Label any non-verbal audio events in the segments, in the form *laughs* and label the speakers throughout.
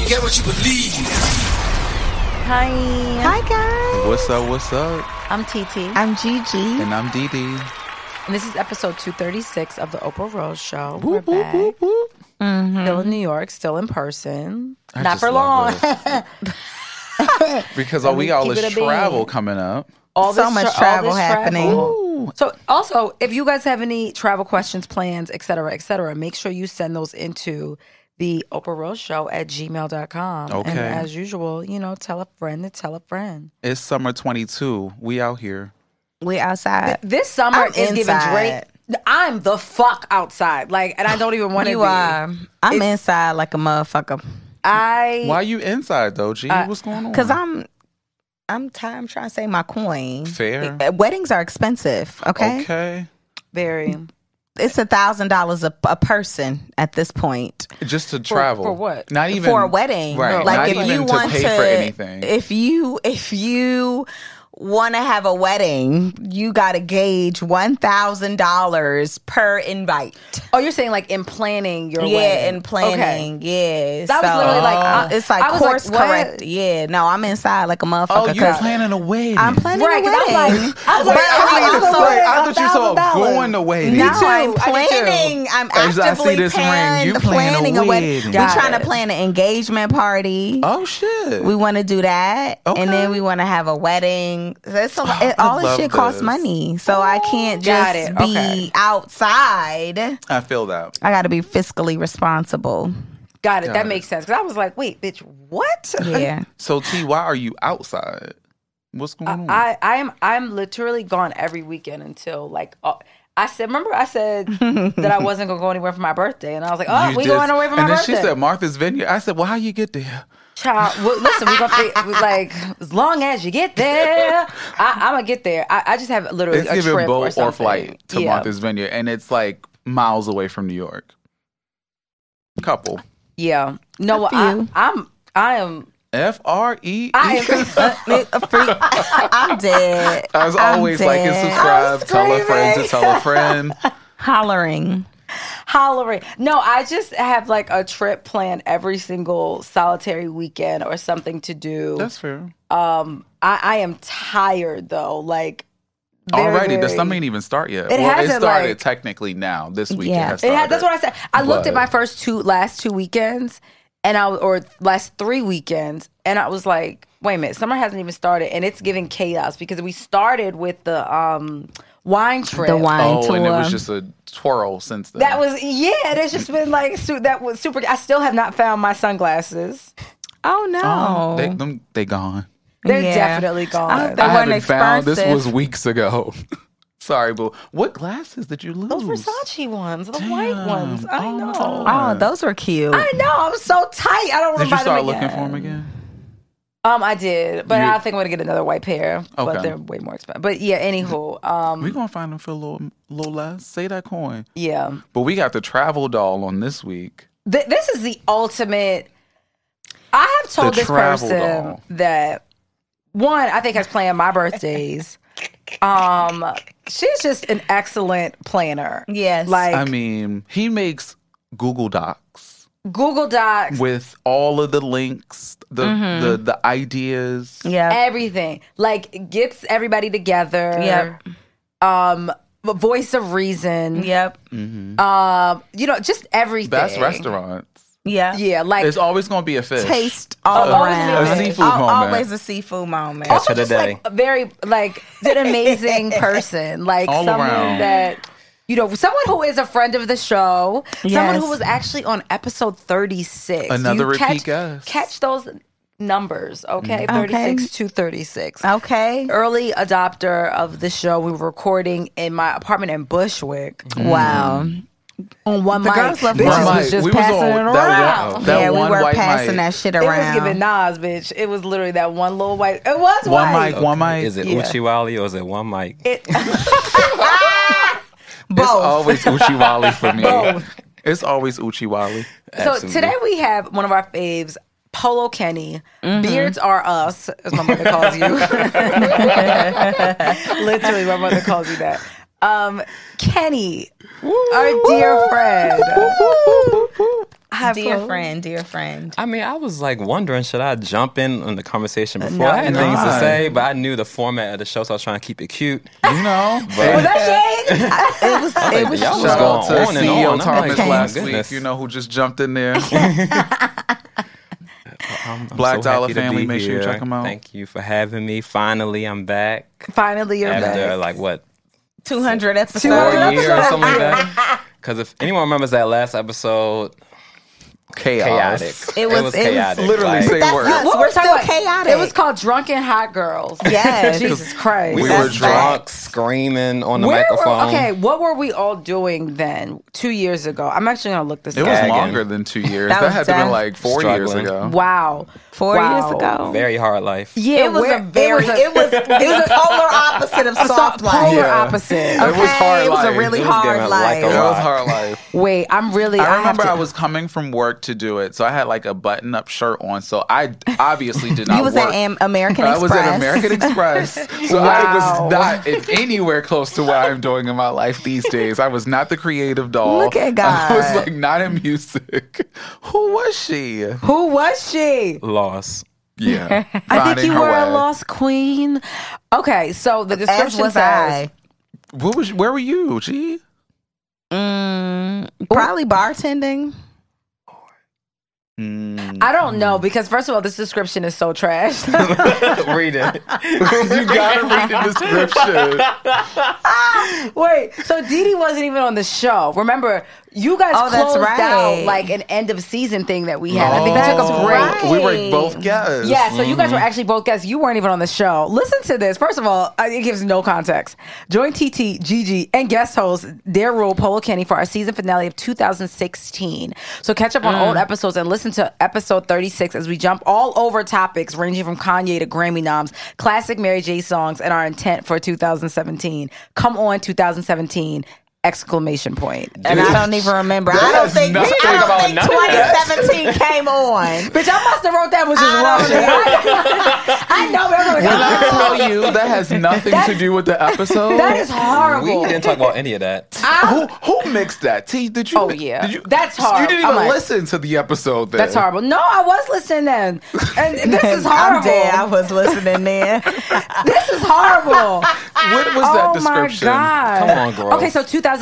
Speaker 1: You get what you believe.
Speaker 2: Hi.
Speaker 3: Hi, guys.
Speaker 4: What's up? What's up?
Speaker 2: I'm TT.
Speaker 3: I'm Gigi.
Speaker 2: Mm-hmm.
Speaker 4: And I'm Dee Dee.
Speaker 2: And this is episode 236 of the Oprah Rose Show. We're
Speaker 4: Whoop, whoop,
Speaker 2: back. Mm-hmm.
Speaker 4: whoop, whoop.
Speaker 2: Still in New York, still in person.
Speaker 4: I
Speaker 2: Not
Speaker 4: just
Speaker 2: for long.
Speaker 4: love
Speaker 2: *laughs*
Speaker 4: this. because all, we got all
Speaker 2: keep it
Speaker 4: this
Speaker 2: a bean. Oh.
Speaker 4: travel coming up.
Speaker 2: all
Speaker 3: So
Speaker 2: this
Speaker 3: much
Speaker 2: tra- all
Speaker 3: travel
Speaker 2: this
Speaker 3: happening.
Speaker 2: travel. So, also, if you guys have any travel questions, plans, et cetera, et cetera, make sure you send those into the Oprah Rose Show at gmail.com. And
Speaker 4: Okay.
Speaker 2: as usual, you know, tell a friend to tell a friend.
Speaker 4: It's summer 22. We out here.
Speaker 3: We outside.
Speaker 2: This summer
Speaker 3: I'm
Speaker 2: is giving
Speaker 3: inside.
Speaker 2: Drake. I'm the fuck outside. Like, and I don't even want to
Speaker 3: You
Speaker 2: be.
Speaker 3: are. I'm inside like a motherfucker.
Speaker 2: I.
Speaker 4: Why you inside though, G?
Speaker 2: Uh,
Speaker 4: What's going on?
Speaker 3: Cause I'm, I'm time trying to save my coin.
Speaker 4: Fair.
Speaker 3: Uh, Weddings are expensive. Okay,
Speaker 4: Okay.
Speaker 2: Very.
Speaker 3: it's a thousand dollars a a person at this point
Speaker 4: Just to travel
Speaker 2: for what?
Speaker 4: Not even
Speaker 3: for a wedding.
Speaker 4: Right.
Speaker 3: Like
Speaker 4: Not
Speaker 3: if
Speaker 4: even
Speaker 3: you
Speaker 4: to
Speaker 3: want
Speaker 4: pay
Speaker 3: to,
Speaker 4: for anything.
Speaker 3: if you if you want to have a wedding, you got to gauge one thousand dollars per invite.
Speaker 2: Oh, you're saying like in planning your
Speaker 3: yeah,
Speaker 2: wedding.
Speaker 3: and
Speaker 2: Okay.
Speaker 3: planning. Yeah,
Speaker 2: That was
Speaker 3: so-
Speaker 2: literally like, I-
Speaker 3: it's like
Speaker 2: I was like,
Speaker 3: course
Speaker 2: what?
Speaker 3: correct. Yeah, no, I'm inside like a motherfucker.
Speaker 4: oh, you
Speaker 3: 'cause
Speaker 4: planning a wedding?
Speaker 3: I'm planning
Speaker 2: Right,
Speaker 3: a
Speaker 2: 'cause
Speaker 3: wedding.
Speaker 2: I was like- I was like,
Speaker 3: But
Speaker 2: I
Speaker 3: I'm
Speaker 2: was like,
Speaker 3: also
Speaker 4: wait, I thought you said
Speaker 3: $1,000.
Speaker 4: going to wedding.
Speaker 3: No,
Speaker 4: Me too,
Speaker 3: I'm
Speaker 2: I did too.
Speaker 3: planning. I'm
Speaker 4: As I see
Speaker 3: actively
Speaker 4: this ring,
Speaker 3: plan-
Speaker 4: you plan a
Speaker 3: planning a wedding.
Speaker 4: wedding.
Speaker 3: We're
Speaker 2: Got
Speaker 3: trying
Speaker 2: it.
Speaker 3: to plan an engagement party.
Speaker 4: oh shit.
Speaker 3: We want to do that,
Speaker 4: Okay.
Speaker 3: and then we want to have a wedding. That's a, lot- it,
Speaker 4: *gasps* I
Speaker 3: all this
Speaker 4: love
Speaker 3: shit costs
Speaker 4: this.
Speaker 3: money, so I can't
Speaker 2: Got
Speaker 3: just
Speaker 2: it.
Speaker 3: be
Speaker 2: Okay.
Speaker 3: outside. I
Speaker 4: I feel that.
Speaker 3: got to be fiscally responsible.
Speaker 2: *laughs* Got it. that
Speaker 4: it.
Speaker 2: makes sense. Because I was like, wait, bitch, what?
Speaker 3: Yeah,
Speaker 4: So T, why are you outside? What's going on?
Speaker 2: I, I am I'm literally gone every weekend until like uh, I said. Remember,
Speaker 3: *laughs*
Speaker 2: I said that I wasn't gonna go anywhere for my birthday, and I was like, oh,
Speaker 4: You
Speaker 2: we
Speaker 4: just-
Speaker 2: going away for my
Speaker 4: And then
Speaker 2: birthday.
Speaker 4: she said Martha's Vineyard. I said, Well, how you get there?
Speaker 2: Child, well, listen, we're gonna fi- we- like as long as you get there, I, I'm gonna get there. I, I just have literally
Speaker 4: It's
Speaker 2: a
Speaker 4: giving
Speaker 2: trip or,
Speaker 4: boat or,
Speaker 2: something.
Speaker 4: flight to
Speaker 2: yeah.
Speaker 4: Martha's Vineyard, and it's like miles away from New York. Couple.
Speaker 2: Yeah, no,
Speaker 3: Up to
Speaker 2: I,
Speaker 3: you.
Speaker 2: I'm I am
Speaker 4: F R E.
Speaker 2: I
Speaker 4: *laughs*
Speaker 3: *laughs*
Speaker 2: am.
Speaker 3: *laughs* I'm dead.
Speaker 4: As
Speaker 3: I'm
Speaker 4: always, like and
Speaker 3: dead.
Speaker 4: subscribe. Tell a friend to tell a friend.
Speaker 2: *laughs*
Speaker 3: Hollering.
Speaker 2: hollering. No, I just have like a trip planned every single solitary weekend or something to do.
Speaker 4: That's fair.
Speaker 2: um, I, I am tired though. Like very,
Speaker 4: Alrighty, the
Speaker 2: very-
Speaker 4: summer ain't even start yet.
Speaker 2: It
Speaker 4: well, it
Speaker 2: hasn't,
Speaker 4: started
Speaker 2: like-
Speaker 4: technically now. This week
Speaker 3: Yeah.
Speaker 4: it has
Speaker 2: It
Speaker 4: started.
Speaker 2: had, that's what I said. I looked at
Speaker 4: But-
Speaker 2: my first two last two weekends, and I or last three weekends, and I was like, wait a minute, summer hasn't even started, and it's giving chaos because we started with the um wine trip.
Speaker 3: The wine
Speaker 4: Oh,
Speaker 3: tour.
Speaker 4: and it was just a twirl since then.
Speaker 2: um, That was yeah. There's just been like su- that was super. I still have not found my sunglasses.
Speaker 3: oh no.
Speaker 4: Oh, they, them, they gone.
Speaker 2: They're
Speaker 3: Yeah.
Speaker 2: definitely
Speaker 3: I hope
Speaker 2: gone.
Speaker 3: they
Speaker 4: I
Speaker 3: weren't
Speaker 4: haven't found. This
Speaker 3: expensive.
Speaker 4: was weeks ago. *laughs* Sorry, but what glasses did you lose?
Speaker 2: Those Versace ones, the white ones. I
Speaker 4: Oh,
Speaker 2: know.
Speaker 4: no.
Speaker 3: Oh, those were cute.
Speaker 2: I know. I'm so tight. I don't want to
Speaker 4: Did you
Speaker 2: buy
Speaker 4: start
Speaker 2: them
Speaker 4: looking
Speaker 2: again.
Speaker 4: for them again?
Speaker 2: Um, I did, but
Speaker 4: You-
Speaker 2: I think I'm gonna get another white pair. But
Speaker 4: Okay.
Speaker 2: they're way more expensive. But yeah, anywho,
Speaker 4: We
Speaker 2: um,
Speaker 4: gonna find them for a little, little less. Say that coin.
Speaker 2: yeah,
Speaker 4: But we got the travel doll on this week.
Speaker 2: Th- this is the ultimate. I have told
Speaker 4: The
Speaker 2: this
Speaker 4: travel
Speaker 2: person
Speaker 4: doll.
Speaker 2: that one I think has planned my birthdays. um, she's just an excellent planner.
Speaker 3: Yes.
Speaker 2: Like
Speaker 4: I mean, he makes Google Docs
Speaker 2: Google Docs,
Speaker 4: with all of the links, the
Speaker 2: Mm-hmm.
Speaker 4: the, the ideas.
Speaker 3: yeah.
Speaker 2: everything. Like gets everybody together.
Speaker 3: Yep.
Speaker 2: Um, voice of reason.
Speaker 3: Yep.
Speaker 2: Um, you know, just everything.
Speaker 4: Best restaurants.
Speaker 3: Yeah.
Speaker 2: Yeah, like uh,
Speaker 4: It's always gonna be a fish.
Speaker 3: Taste all
Speaker 2: Always
Speaker 3: around.
Speaker 2: a
Speaker 4: seafood
Speaker 3: Al-
Speaker 4: moment.
Speaker 3: Always a seafood moment.
Speaker 2: also just like a very like an
Speaker 3: *laughs*
Speaker 2: amazing person, like
Speaker 4: All
Speaker 2: someone
Speaker 4: around.
Speaker 2: that you know, someone who is a friend of the show, someone
Speaker 3: Yes.
Speaker 2: who was actually on episode thirty six.
Speaker 4: Another
Speaker 2: you catch,
Speaker 4: repeat guest.
Speaker 2: Catch those numbers, okay? Thirty six to thirty six.
Speaker 3: Mm. Okay.
Speaker 2: Early adopter of the show, we were recording in my apartment in Bushwick
Speaker 3: Wow.
Speaker 4: Mm.
Speaker 2: on one
Speaker 3: The
Speaker 2: mic.
Speaker 3: girls love
Speaker 2: Bitches
Speaker 3: Bushwick.
Speaker 2: was just
Speaker 4: we was
Speaker 2: passing
Speaker 4: on
Speaker 2: it
Speaker 4: that,
Speaker 2: around.
Speaker 4: one- that
Speaker 3: Yeah, we
Speaker 4: one
Speaker 3: were
Speaker 4: white
Speaker 3: passing
Speaker 4: Right.
Speaker 3: that shit
Speaker 2: It
Speaker 3: around.
Speaker 2: was giving Nas, bitch. It was literally that one little white. It was
Speaker 4: One
Speaker 2: white.
Speaker 4: mic, one mic.
Speaker 5: Is it
Speaker 2: Yeah.
Speaker 5: Uchiwali or is it one mic?
Speaker 4: It's
Speaker 3: Both.
Speaker 4: always Uchiwali for
Speaker 2: *laughs*
Speaker 4: me. It's always Uchiwali.
Speaker 2: So today we have one of our faves, Polo Kenny.
Speaker 5: Mm-hmm.
Speaker 2: Beards are us, as my mother calls
Speaker 5: *laughs*
Speaker 2: you. Literally, my mother calls you that. Um, Kenny, our dear friend.
Speaker 3: dear friend, dear friend.
Speaker 5: I mean, I was like wondering, should I jump in on the conversation before?
Speaker 3: no,
Speaker 5: I had things to
Speaker 4: no.
Speaker 5: say, but I knew the format of the show, so I was trying to keep it cute. *laughs*
Speaker 4: You know,
Speaker 3: Was
Speaker 4: but
Speaker 3: that shade? I- *laughs* it was. It was.
Speaker 5: y'all was
Speaker 4: shout out to
Speaker 5: going on and
Speaker 4: CEO
Speaker 5: on. I'm like,
Speaker 4: Thomas
Speaker 5: oh my
Speaker 4: last
Speaker 5: goodness.
Speaker 4: week. You know who just jumped in
Speaker 5: *laughs*
Speaker 4: there.
Speaker 5: I'm, I'm
Speaker 4: *laughs* Black
Speaker 5: so
Speaker 4: Dollar
Speaker 5: happy to
Speaker 4: Family,
Speaker 5: be
Speaker 4: make sure you
Speaker 5: here.
Speaker 4: check 'em out.
Speaker 5: Thank you for having me. Finally, I'm back
Speaker 2: Finally, you're
Speaker 5: after
Speaker 2: back.
Speaker 5: like what
Speaker 3: Two hundred episodes.
Speaker 5: four years or something like that. Because if
Speaker 4: *laughs*
Speaker 5: anyone remembers that last episode,
Speaker 4: Chaos.
Speaker 5: chaotic.
Speaker 3: It was- it was
Speaker 4: Literally
Speaker 5: Like,
Speaker 4: say
Speaker 3: That's
Speaker 4: word.
Speaker 3: us. We're still chaotic.
Speaker 2: It
Speaker 3: *laughs*
Speaker 2: was called Drunken Hot Girls.
Speaker 3: Yes.
Speaker 2: Jesus Christ.
Speaker 5: we
Speaker 4: We
Speaker 5: were
Speaker 4: were
Speaker 5: drunk, screaming on the
Speaker 2: Where
Speaker 5: microphone.
Speaker 2: were, okay, what were we all doing then two years ago? I'm actually going to look this
Speaker 4: It
Speaker 2: up.
Speaker 4: was
Speaker 5: Gagging.
Speaker 4: longer than two years.
Speaker 3: That
Speaker 4: That,
Speaker 3: was
Speaker 4: had to have
Speaker 3: def-
Speaker 4: been like four
Speaker 5: Struggling.
Speaker 4: years ago.
Speaker 2: wow.
Speaker 3: four
Speaker 2: Wow.
Speaker 3: years ago.
Speaker 5: Very hard life.
Speaker 2: Yeah,
Speaker 3: it was
Speaker 2: where-
Speaker 3: a very.
Speaker 2: it was a-
Speaker 3: It *laughs* was. It was the polar opposite of soft life.
Speaker 2: polar
Speaker 4: Yeah.
Speaker 2: opposite.
Speaker 4: It was hard
Speaker 3: It was
Speaker 4: life.
Speaker 3: a really
Speaker 5: It was
Speaker 3: hard
Speaker 5: given like
Speaker 3: life.
Speaker 5: a
Speaker 4: It was
Speaker 5: lot.
Speaker 4: hard life.
Speaker 2: Wait, I'm really.
Speaker 4: I
Speaker 2: have
Speaker 4: remember
Speaker 2: to-
Speaker 4: I was coming from work to do it, so I had like a button-up shirt on. So I d- obviously
Speaker 2: *laughs*
Speaker 4: did not.
Speaker 3: you was
Speaker 4: work.
Speaker 3: at Am- American
Speaker 4: I
Speaker 3: Express.
Speaker 4: was at
Speaker 2: *laughs*
Speaker 4: American Express, so I
Speaker 2: Wow.
Speaker 4: was not in anywhere close to what I'm doing in my life these days. I was not the creative doll.
Speaker 3: Look at
Speaker 4: *laughs* I was
Speaker 3: God.
Speaker 4: like not in music. *laughs* Who was she?
Speaker 2: Who was she?
Speaker 5: Loss.
Speaker 4: Yeah,
Speaker 2: *laughs* I think
Speaker 4: Finding
Speaker 2: you
Speaker 4: her
Speaker 2: were a
Speaker 4: way.
Speaker 2: lost queen. Okay, so the
Speaker 3: As
Speaker 2: description
Speaker 3: was
Speaker 2: says
Speaker 3: I.
Speaker 4: What was? Where were you? G.
Speaker 3: Mm, probably bartending.
Speaker 2: I don't know because first of all, this description is so trash.
Speaker 5: *laughs*
Speaker 2: *laughs*
Speaker 5: Read it.
Speaker 4: *laughs* you gotta read the
Speaker 2: *laughs*
Speaker 4: description.
Speaker 2: Wait, so Dee Dee wasn't even on the show. Remember, you guys
Speaker 3: Oh, that's
Speaker 2: closed out
Speaker 3: right.
Speaker 2: like an end of season thing that we had. I think we took a
Speaker 3: That's
Speaker 2: break.
Speaker 3: right.
Speaker 4: We were both guests.
Speaker 2: Yeah, so you guys were actually both guests. You weren't even on the show. Listen to this. First of all, uh, it gives no context. Join TT, Gigi, and guest host Daryl Polo Kenny for our season finale of 2016. So catch up on old episodes and listen to episode 36 as we jump all over topics ranging from Kanye to Grammy noms, classic Mary J songs, and our intent for 2017. Come on, 2017! Exclamation point.
Speaker 3: And I don't even remember. I don't think, I
Speaker 4: nothing about
Speaker 3: don't think
Speaker 4: none of that.
Speaker 3: 2017 came on.
Speaker 2: Bitch, I must have wrote that was just
Speaker 3: I don't
Speaker 2: wrong. *laughs* I know. but I'm like,
Speaker 4: When I *laughs* tell you that has nothing to
Speaker 2: That's-
Speaker 4: do with the
Speaker 2: *laughs*
Speaker 4: episode.
Speaker 2: That is
Speaker 5: We
Speaker 2: horrible.
Speaker 5: didn't talk about any of that.
Speaker 4: who who mixed that? T, did you?
Speaker 2: Oh, yeah.
Speaker 4: Did you,
Speaker 2: That's
Speaker 4: You
Speaker 2: hard.
Speaker 4: didn't
Speaker 2: I'm
Speaker 4: even
Speaker 2: like-
Speaker 4: listen to the episode. Then.
Speaker 2: That's horrible. No, I was listening then. And
Speaker 3: *laughs*
Speaker 2: this is horrible.
Speaker 3: I'm dead. I was listening *laughs* then.
Speaker 2: *laughs* This is horrible.
Speaker 4: What was
Speaker 2: oh
Speaker 4: that description?
Speaker 2: my god.
Speaker 5: Come on, girls.
Speaker 2: Okay, so 2016.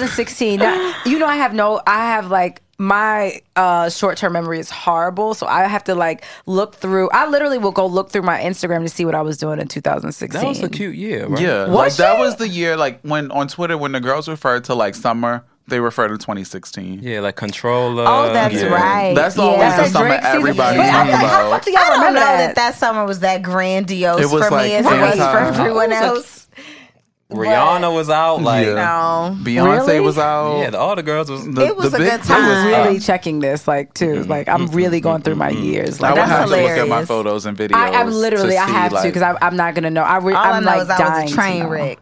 Speaker 2: Now, you know I have no I have like my uh short-term memory is horrible, so I have to like look through. I literally will go look through my Instagram to see what I was doing in 2016.
Speaker 5: That was a cute year, right?
Speaker 4: Yeah, like
Speaker 2: Was
Speaker 4: that
Speaker 2: she?
Speaker 4: was the year. Like when on Twitter, when the girls referred to like summer, they referred to 2016.
Speaker 5: Yeah, like controller.
Speaker 3: Oh, that's
Speaker 5: yeah.
Speaker 3: right.
Speaker 4: That's always
Speaker 3: Yeah.
Speaker 4: the
Speaker 2: That's that
Speaker 4: summer
Speaker 2: Drake season.
Speaker 4: everybody's
Speaker 2: But I
Speaker 4: talking
Speaker 2: thought- how
Speaker 4: about.
Speaker 2: fuck do y'all
Speaker 3: I don't
Speaker 2: remember
Speaker 3: know
Speaker 2: that?
Speaker 3: that that summer was that grandiose
Speaker 4: It was
Speaker 3: for
Speaker 4: like
Speaker 3: me as it was for
Speaker 4: anti-
Speaker 3: everyone
Speaker 2: It was a-
Speaker 3: else.
Speaker 5: Rihanna was out. Like,
Speaker 4: Yeah.
Speaker 3: No.
Speaker 4: Beyonce
Speaker 2: Really?
Speaker 4: was out.
Speaker 5: yeah, the, all the girls was.
Speaker 4: The-
Speaker 3: It was
Speaker 4: the
Speaker 3: a
Speaker 4: big-
Speaker 3: good
Speaker 4: it was
Speaker 3: time.
Speaker 4: hot.
Speaker 2: really checking this like too. Like I'm really going through my years.
Speaker 4: I
Speaker 2: Like
Speaker 4: would
Speaker 3: That's
Speaker 4: have to look at my
Speaker 3: hilarious.
Speaker 4: photos and videos.
Speaker 2: I, I'm literally
Speaker 4: to
Speaker 2: I
Speaker 4: see,
Speaker 2: have to
Speaker 4: like-
Speaker 2: because I'm not gonna know. I re-
Speaker 3: All i
Speaker 2: I'm
Speaker 3: know
Speaker 2: like
Speaker 3: is I
Speaker 2: dying.
Speaker 3: was a
Speaker 2: to
Speaker 3: train
Speaker 2: know.
Speaker 3: wreck.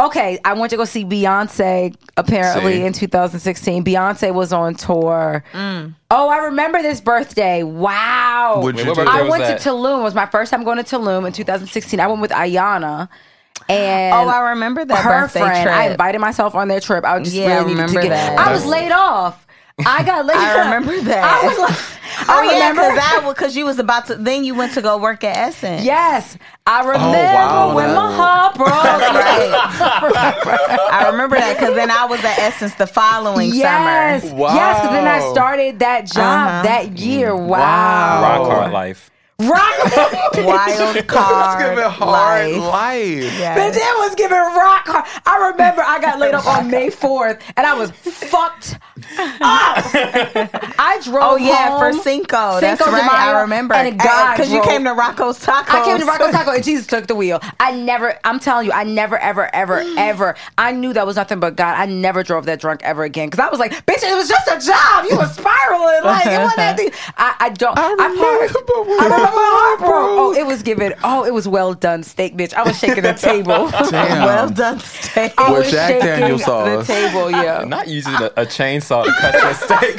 Speaker 2: Okay, I went to go see Beyonce apparently
Speaker 4: See?
Speaker 2: in 2016. Beyonce was on tour.
Speaker 3: Mm.
Speaker 2: Oh, I remember this birthday. Wow.
Speaker 4: Would you
Speaker 5: what
Speaker 4: do
Speaker 5: about
Speaker 2: I
Speaker 5: Where was
Speaker 2: went
Speaker 5: that?
Speaker 2: to Tulum. It was my first time going to Tulum in 2016. I went with Ayana. And
Speaker 3: Oh, I remember that
Speaker 2: her
Speaker 3: birthday
Speaker 2: friend.
Speaker 3: trip.
Speaker 2: I invited myself on their trip. I just
Speaker 3: Yeah, I
Speaker 2: really needed to
Speaker 3: remember
Speaker 2: get.
Speaker 3: that.
Speaker 2: I was laid off. I got
Speaker 3: *laughs*
Speaker 2: laid.
Speaker 3: I
Speaker 2: off.
Speaker 3: remember that.
Speaker 2: I was like,
Speaker 3: Oh,
Speaker 2: I
Speaker 3: yeah,
Speaker 2: remember.
Speaker 3: because I because you was about to. Then you went to go work at Essence.
Speaker 2: yes, I
Speaker 3: Oh,
Speaker 2: remember
Speaker 4: wow,
Speaker 2: when
Speaker 4: that-
Speaker 2: my heart
Speaker 3: *laughs*
Speaker 2: broke.
Speaker 3: I remember that because then I was at Essence the following
Speaker 2: Yes.
Speaker 3: summer.
Speaker 4: Wow. Mm.
Speaker 2: Yes, because then I started that job
Speaker 3: Uh-huh.
Speaker 2: that year.
Speaker 4: Wow.
Speaker 2: Wow.
Speaker 5: Rock hard
Speaker 3: *laughs*
Speaker 5: life.
Speaker 2: Rock.
Speaker 3: *laughs* Wild card.
Speaker 4: Let's give it hard
Speaker 3: life.
Speaker 4: life.
Speaker 2: Bitch,
Speaker 3: Yes.
Speaker 2: it
Speaker 3: *laughs*
Speaker 2: was giving rock hard. I remember I got laid up on May 4th and I was fucked
Speaker 3: *laughs*
Speaker 2: I drove.
Speaker 3: Oh yeah,
Speaker 2: home,
Speaker 3: for Cinco. That's
Speaker 2: Cinco de
Speaker 3: right.
Speaker 2: Mayo,
Speaker 3: I remember.
Speaker 2: and a guy
Speaker 3: because you
Speaker 2: drove-
Speaker 3: came to Rocco's Tacos.
Speaker 2: I came to Rocco Taco and Jesus took the wheel. I never, I'm telling you, I never, ever, ever, ever. I knew that was nothing but God. I never drove that drunk ever again because I was like, bitch, it was just a job. You were spiraling. Like, it wasn't that *laughs* deep. I, I don't. I, parked. I remember my heart broke. Oh, it was given. Oh, it was well done steak, bitch. I was shaking the *laughs* table.
Speaker 4: *laughs* Damn.
Speaker 3: *laughs* Well done, steak.
Speaker 2: I
Speaker 4: With
Speaker 2: was
Speaker 4: Jack
Speaker 2: shaking
Speaker 4: Daniel
Speaker 2: the
Speaker 4: sauce.
Speaker 2: table, *laughs* yeah.
Speaker 5: Not using a, a chainsaw to cut your steak.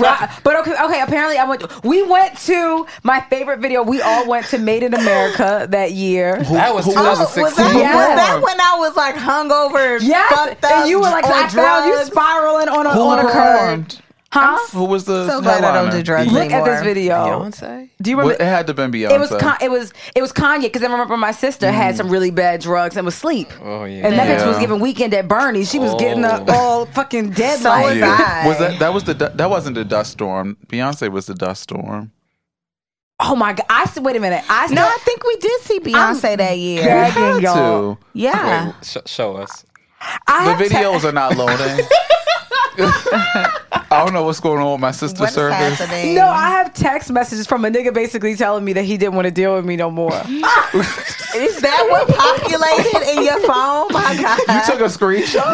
Speaker 2: Right. But okay, okay. Apparently, I went. We went to my favorite video. We all went to Made in America that year.
Speaker 5: That was
Speaker 4: who-
Speaker 3: Oh, was that,
Speaker 5: 2016.
Speaker 3: was that
Speaker 2: Yes.
Speaker 3: when I was like hungover?
Speaker 2: Yes,
Speaker 3: fucked up,
Speaker 2: and you were like,
Speaker 3: on
Speaker 2: so I found you
Speaker 3: drugs?
Speaker 2: spiraling on a
Speaker 4: Who
Speaker 2: on a curb,
Speaker 4: performed?
Speaker 2: huh?
Speaker 4: Who was the
Speaker 3: So glad I don't do
Speaker 4: headliner?
Speaker 3: drugs
Speaker 2: Look
Speaker 3: anymore.
Speaker 2: at this video.
Speaker 5: Beyonce?
Speaker 2: Do you
Speaker 4: Well,
Speaker 2: remember?
Speaker 4: it had to have been Beyonce.
Speaker 2: It was Con- it was it was Kanye because I remember my sister had some really bad drugs and was asleep.
Speaker 5: Oh, yeah.
Speaker 2: And that bitch
Speaker 4: Yeah.
Speaker 2: was giving weekend at Bernie. She was getting up
Speaker 5: Oh.
Speaker 2: all fucking dead.
Speaker 3: So
Speaker 2: like-
Speaker 3: was I.
Speaker 4: Was that that was the du- that wasn't the dust storm? Beyonce was the dust storm.
Speaker 2: oh my god! I said, wait a minute. I
Speaker 3: No, I
Speaker 2: said-
Speaker 3: think we did see Beyonce that year.
Speaker 2: Yeah.
Speaker 4: You had
Speaker 2: Gagging, y'all.
Speaker 4: to.
Speaker 3: Yeah.
Speaker 5: Wait, sh- show us.
Speaker 2: I
Speaker 4: The
Speaker 2: have to-
Speaker 4: videos
Speaker 3: *laughs*
Speaker 4: are not loading. I don't know what's going on with my sister
Speaker 3: What's
Speaker 4: service.
Speaker 3: happening?
Speaker 2: No, I have text messages from a nigga basically telling me that he didn't want to deal with me no more.
Speaker 3: Is that what populated
Speaker 2: *laughs*
Speaker 3: in your phone? My God.
Speaker 4: You took a screenshot.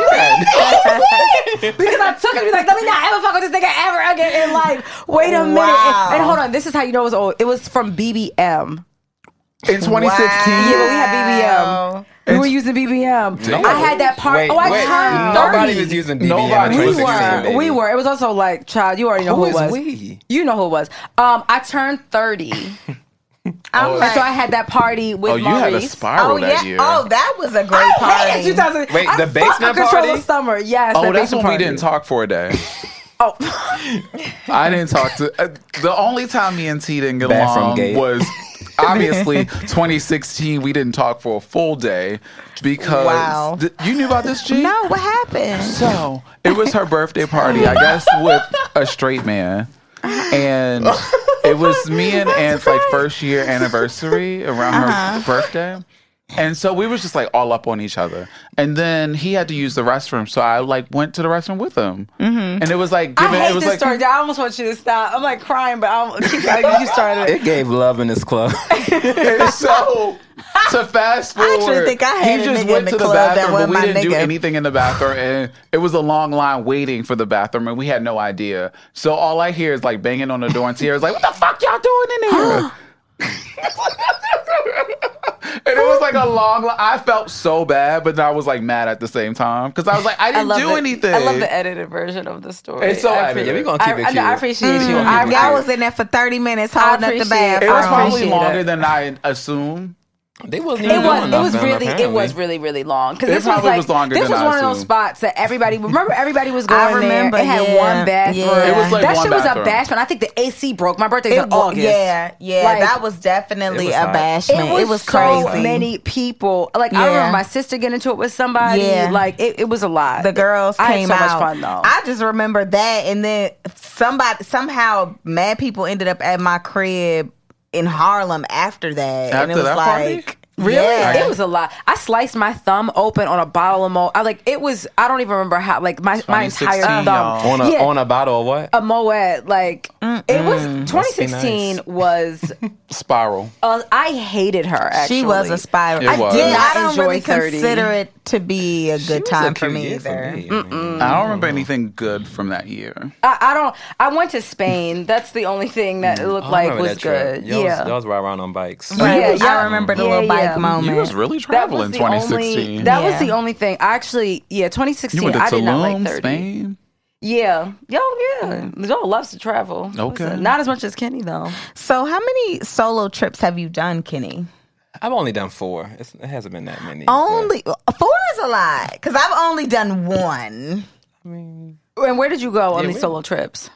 Speaker 2: because I took it. He's like, let me not ever fuck with this nigga ever again. And like, wait a minute.
Speaker 3: Wow.
Speaker 2: And, and hold on, this is how you know it was old. It was from BBM.
Speaker 4: In 2016,
Speaker 2: Yeah, but we had
Speaker 3: Oh.
Speaker 2: BBM. We were
Speaker 4: It's-
Speaker 2: using BBM.
Speaker 5: No.
Speaker 2: I had that part.
Speaker 5: Wait,
Speaker 2: oh, I
Speaker 5: wait.
Speaker 2: turned
Speaker 5: Nobody
Speaker 2: 30.
Speaker 5: was using BBM.
Speaker 4: Nobody
Speaker 5: in
Speaker 4: was
Speaker 5: 2016,
Speaker 2: We
Speaker 4: using
Speaker 2: were.
Speaker 5: baby.
Speaker 2: We were. It was also like, child, you already know who,
Speaker 5: Who
Speaker 2: it
Speaker 5: is
Speaker 2: was.
Speaker 5: we?
Speaker 2: You know who it was. Um, I turned 30.
Speaker 3: I'm
Speaker 2: And
Speaker 3: like,
Speaker 2: so I had that party with
Speaker 4: Oh, you had a
Speaker 2: Maurice.
Speaker 4: spiral
Speaker 3: oh yeah.
Speaker 4: that year.
Speaker 3: Oh, that was a great
Speaker 2: I
Speaker 3: party.
Speaker 2: hated 2000.
Speaker 5: Wait,
Speaker 2: I
Speaker 5: the
Speaker 2: fucked
Speaker 5: basement
Speaker 2: Uncontrollable
Speaker 5: party?
Speaker 2: Summer. Yes.
Speaker 4: Oh,
Speaker 2: that
Speaker 4: that's when
Speaker 2: basement
Speaker 4: we
Speaker 2: party.
Speaker 4: didn't talk for a day.
Speaker 2: Oh, *laughs*
Speaker 4: I didn't talk to. Uh, the only time me and T didn't get
Speaker 5: Bathroom
Speaker 4: along
Speaker 5: gate. *laughs*
Speaker 4: was obviously 2016. We didn't talk for a full day because
Speaker 3: Wow.
Speaker 4: Th- you knew about this, G.
Speaker 3: no, what happened?
Speaker 4: So it was her birthday party, I guess, with a straight man, and it was me and Ant's like first year anniversary around
Speaker 2: Uh-huh.
Speaker 4: her birthday. And so we was just like all up on each other, and then he had to use the restroom, so I like went to the restroom with him, and it was like
Speaker 2: Mm-hmm. I
Speaker 4: giving,
Speaker 2: hate
Speaker 4: it was
Speaker 2: this
Speaker 4: like
Speaker 2: story. I almost want you to stop. I'm like crying, but I'm *laughs* keep you started.
Speaker 5: It gave love in this club.
Speaker 4: And *laughs* so to fast
Speaker 3: actually
Speaker 4: forward,
Speaker 3: think I had
Speaker 4: he
Speaker 3: a
Speaker 4: just
Speaker 3: nigga in
Speaker 4: went
Speaker 3: the
Speaker 4: to the
Speaker 3: club that
Speaker 4: bathroom, but
Speaker 3: wasn't
Speaker 4: we
Speaker 3: my
Speaker 4: didn't do
Speaker 3: nigga.
Speaker 4: anything in the bathroom, and it was a long line waiting for the bathroom, and we had no idea. So all I hear is like banging on the door, and Tiara's like, "What the fuck y'all doing in
Speaker 3: *gasps*
Speaker 4: here?" *laughs* and it was like a long. Li- I felt so bad, but then I was like mad at the same time because I was like, I didn't do
Speaker 2: the,
Speaker 4: anything.
Speaker 2: I love the edited version of the story.
Speaker 4: It's so
Speaker 2: I,
Speaker 4: edited.
Speaker 5: yeah, we gonna
Speaker 2: I,
Speaker 5: keep it
Speaker 2: I,
Speaker 5: cute.
Speaker 2: know, I appreciate you.
Speaker 3: I,
Speaker 2: I,
Speaker 4: Mm-hmm.
Speaker 3: y'all was in there for 30 minutes holding up the
Speaker 2: appreciate it.
Speaker 3: bathroom.
Speaker 4: it was probably
Speaker 2: appreciate
Speaker 4: longer
Speaker 2: it.
Speaker 4: than I assumed.
Speaker 5: They wasn't
Speaker 2: It
Speaker 5: even
Speaker 2: was.
Speaker 5: doing
Speaker 2: It was
Speaker 5: nothing,
Speaker 2: really. It was
Speaker 5: apparently.
Speaker 2: really really long because
Speaker 4: It
Speaker 2: this was
Speaker 4: probably
Speaker 2: like
Speaker 4: was longer
Speaker 2: this
Speaker 4: than
Speaker 2: was
Speaker 4: I
Speaker 2: one of those
Speaker 4: assumed.
Speaker 2: spots that everybody remember. Everybody was
Speaker 3: I
Speaker 2: going
Speaker 3: remember,
Speaker 2: there. It had
Speaker 3: yeah.
Speaker 2: one bathroom.
Speaker 3: Yeah. It
Speaker 4: was like
Speaker 2: that
Speaker 4: one
Speaker 2: shit was
Speaker 4: bathroom.
Speaker 2: a bashment. I think the AC broke. My birthday's
Speaker 3: It
Speaker 2: in
Speaker 3: wa-
Speaker 2: August.
Speaker 3: yeah, yeah,
Speaker 2: Like,
Speaker 3: that was definitely
Speaker 5: It was
Speaker 3: a
Speaker 5: hot.
Speaker 3: bashment. It was,
Speaker 2: so
Speaker 3: crazy.
Speaker 2: many people. Like I
Speaker 3: Yeah.
Speaker 2: remember my sister getting into it with somebody.
Speaker 3: Yeah.
Speaker 2: Like it, it was a lot.
Speaker 3: the girls
Speaker 2: I
Speaker 3: came
Speaker 2: had so
Speaker 3: out.
Speaker 2: much fun though.
Speaker 3: I just remember that, and then somebody somehow mad people ended up at my crib in Harlem after that, and
Speaker 4: After
Speaker 3: it was
Speaker 4: that party?
Speaker 3: like
Speaker 2: Really?
Speaker 3: Yeah.
Speaker 2: It was a lot. I sliced my thumb open on a bottle of Mo. I like it was. I don't even remember how. Like my my entire
Speaker 4: 2016,
Speaker 2: thumb
Speaker 4: y'all.
Speaker 5: On a
Speaker 2: Yeah.
Speaker 5: on a bottle of what?
Speaker 2: a moed like it was 2016
Speaker 5: nice.
Speaker 2: was
Speaker 4: Spiral.
Speaker 2: uh, i hated her actually
Speaker 3: She was a spiral.
Speaker 4: It
Speaker 3: I
Speaker 4: was.
Speaker 3: did. I
Speaker 2: not
Speaker 3: don't
Speaker 2: enjoy
Speaker 3: really
Speaker 2: 30.
Speaker 3: consider it to be a good
Speaker 5: It was a
Speaker 3: time for
Speaker 5: cute
Speaker 3: me
Speaker 5: year
Speaker 3: either.
Speaker 5: me. I mean,
Speaker 4: I don't remember anything good from that year.
Speaker 2: I, I don't i went to spain that's the only thing that it looked
Speaker 5: Oh, I
Speaker 2: like
Speaker 5: remember
Speaker 2: was
Speaker 5: that trip.
Speaker 2: good
Speaker 5: Y'all
Speaker 2: yeah
Speaker 5: was, y'all was right around on bikes.
Speaker 2: Right. Yeah,
Speaker 3: But
Speaker 2: yeah.
Speaker 3: I remember the
Speaker 2: Yeah,
Speaker 3: little bike
Speaker 2: yeah.
Speaker 3: moment.
Speaker 4: You was really
Speaker 2: that
Speaker 4: traveling
Speaker 2: was,
Speaker 4: in
Speaker 2: the only,
Speaker 4: 2016.
Speaker 2: that was
Speaker 3: Yeah.
Speaker 2: the only thing. I actually, yeah, 2016.
Speaker 4: You went to
Speaker 2: I did not like
Speaker 4: Tulum,
Speaker 2: 30.
Speaker 4: Spain.
Speaker 2: Yeah. Yo, yeah. Y'all loves to travel.
Speaker 4: Okay.
Speaker 2: Listen, Not as much as Kenny, though.
Speaker 3: so, how many solo trips have you done, Kenny?
Speaker 5: I've only done four. It's, it hasn't been that many. but-
Speaker 6: Oh.
Speaker 3: Only four is a lot because I've only done one.
Speaker 2: And where did you go on
Speaker 5: Yeah,
Speaker 2: these
Speaker 5: we-
Speaker 2: solo trips?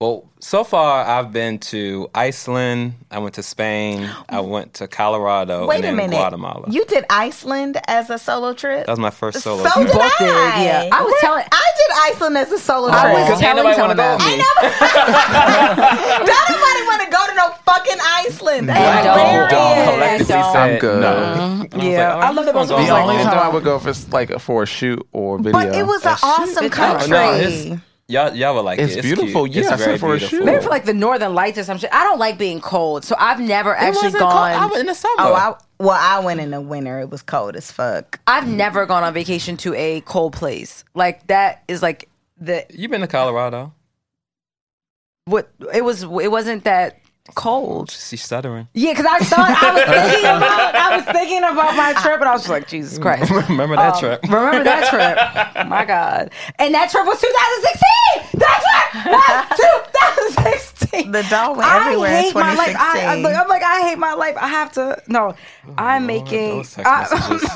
Speaker 5: Well, so far I've been to Iceland. I went to Spain. I went to Colorado. Oh,
Speaker 3: Wait
Speaker 5: and
Speaker 3: a
Speaker 5: then
Speaker 3: minute,
Speaker 5: Guatemala.
Speaker 3: You did Iceland as a solo trip.
Speaker 5: that was my first solo.
Speaker 3: so
Speaker 5: trip.
Speaker 3: did
Speaker 2: both
Speaker 3: I.
Speaker 2: did, yeah. I was
Speaker 3: Where-
Speaker 2: telling-
Speaker 3: I did Iceland as a solo trip.
Speaker 2: I was
Speaker 5: Because ain't
Speaker 2: telling
Speaker 5: nobody wanna
Speaker 2: someone
Speaker 5: go
Speaker 2: that.
Speaker 5: with me. *laughs*
Speaker 3: Don't nobody want to go to no fucking Iceland. That's
Speaker 2: Black don't,
Speaker 3: hilarious.
Speaker 2: don't.
Speaker 5: collectively
Speaker 2: Don't.
Speaker 5: said
Speaker 4: I'm good.
Speaker 5: no.
Speaker 4: No.
Speaker 5: I was
Speaker 2: Yeah.
Speaker 5: like, all right,
Speaker 2: I love that
Speaker 5: this
Speaker 2: most
Speaker 5: one's
Speaker 2: of
Speaker 4: The
Speaker 2: us
Speaker 5: going
Speaker 4: only
Speaker 5: on.
Speaker 4: time I would go for s- like for a shoot or video.
Speaker 3: But it was an awesome
Speaker 2: It's hard.
Speaker 3: country.
Speaker 5: No, it's-
Speaker 4: Y'all, y'all would like
Speaker 7: It's
Speaker 4: it.
Speaker 7: beautiful.
Speaker 4: Cute.
Speaker 7: Yeah, I
Speaker 4: it's
Speaker 7: said
Speaker 4: very
Speaker 7: for a
Speaker 4: beautiful.
Speaker 7: shoot.
Speaker 2: Maybe for like the northern lights or some shit. I don't like being cold, so I've never actually
Speaker 4: wasn't cold.
Speaker 2: gone.
Speaker 4: I was in the summer.
Speaker 3: Oh, I well, I went in the winter. It was cold as fuck.
Speaker 2: I've never gone on vacation to a cold place. Like that is like the
Speaker 4: you been to Colorado?
Speaker 2: what it was. It wasn't that cold.
Speaker 4: She's stuttering.
Speaker 2: Yeah, because I thought I was thinking about I was thinking about my trip, and I was just like, Jesus Christ.
Speaker 4: *laughs* Remember
Speaker 2: Um,
Speaker 4: that trip?
Speaker 2: Remember that trip? My God. And that trip was 2016. That trip was 2016.
Speaker 3: The doll went everywhere
Speaker 2: I
Speaker 3: in
Speaker 2: hate my life. I, I,
Speaker 3: 2016.
Speaker 2: look, I'm like, I hate my life. I have to. No, I'm making.
Speaker 4: those text
Speaker 2: *laughs*
Speaker 4: messages.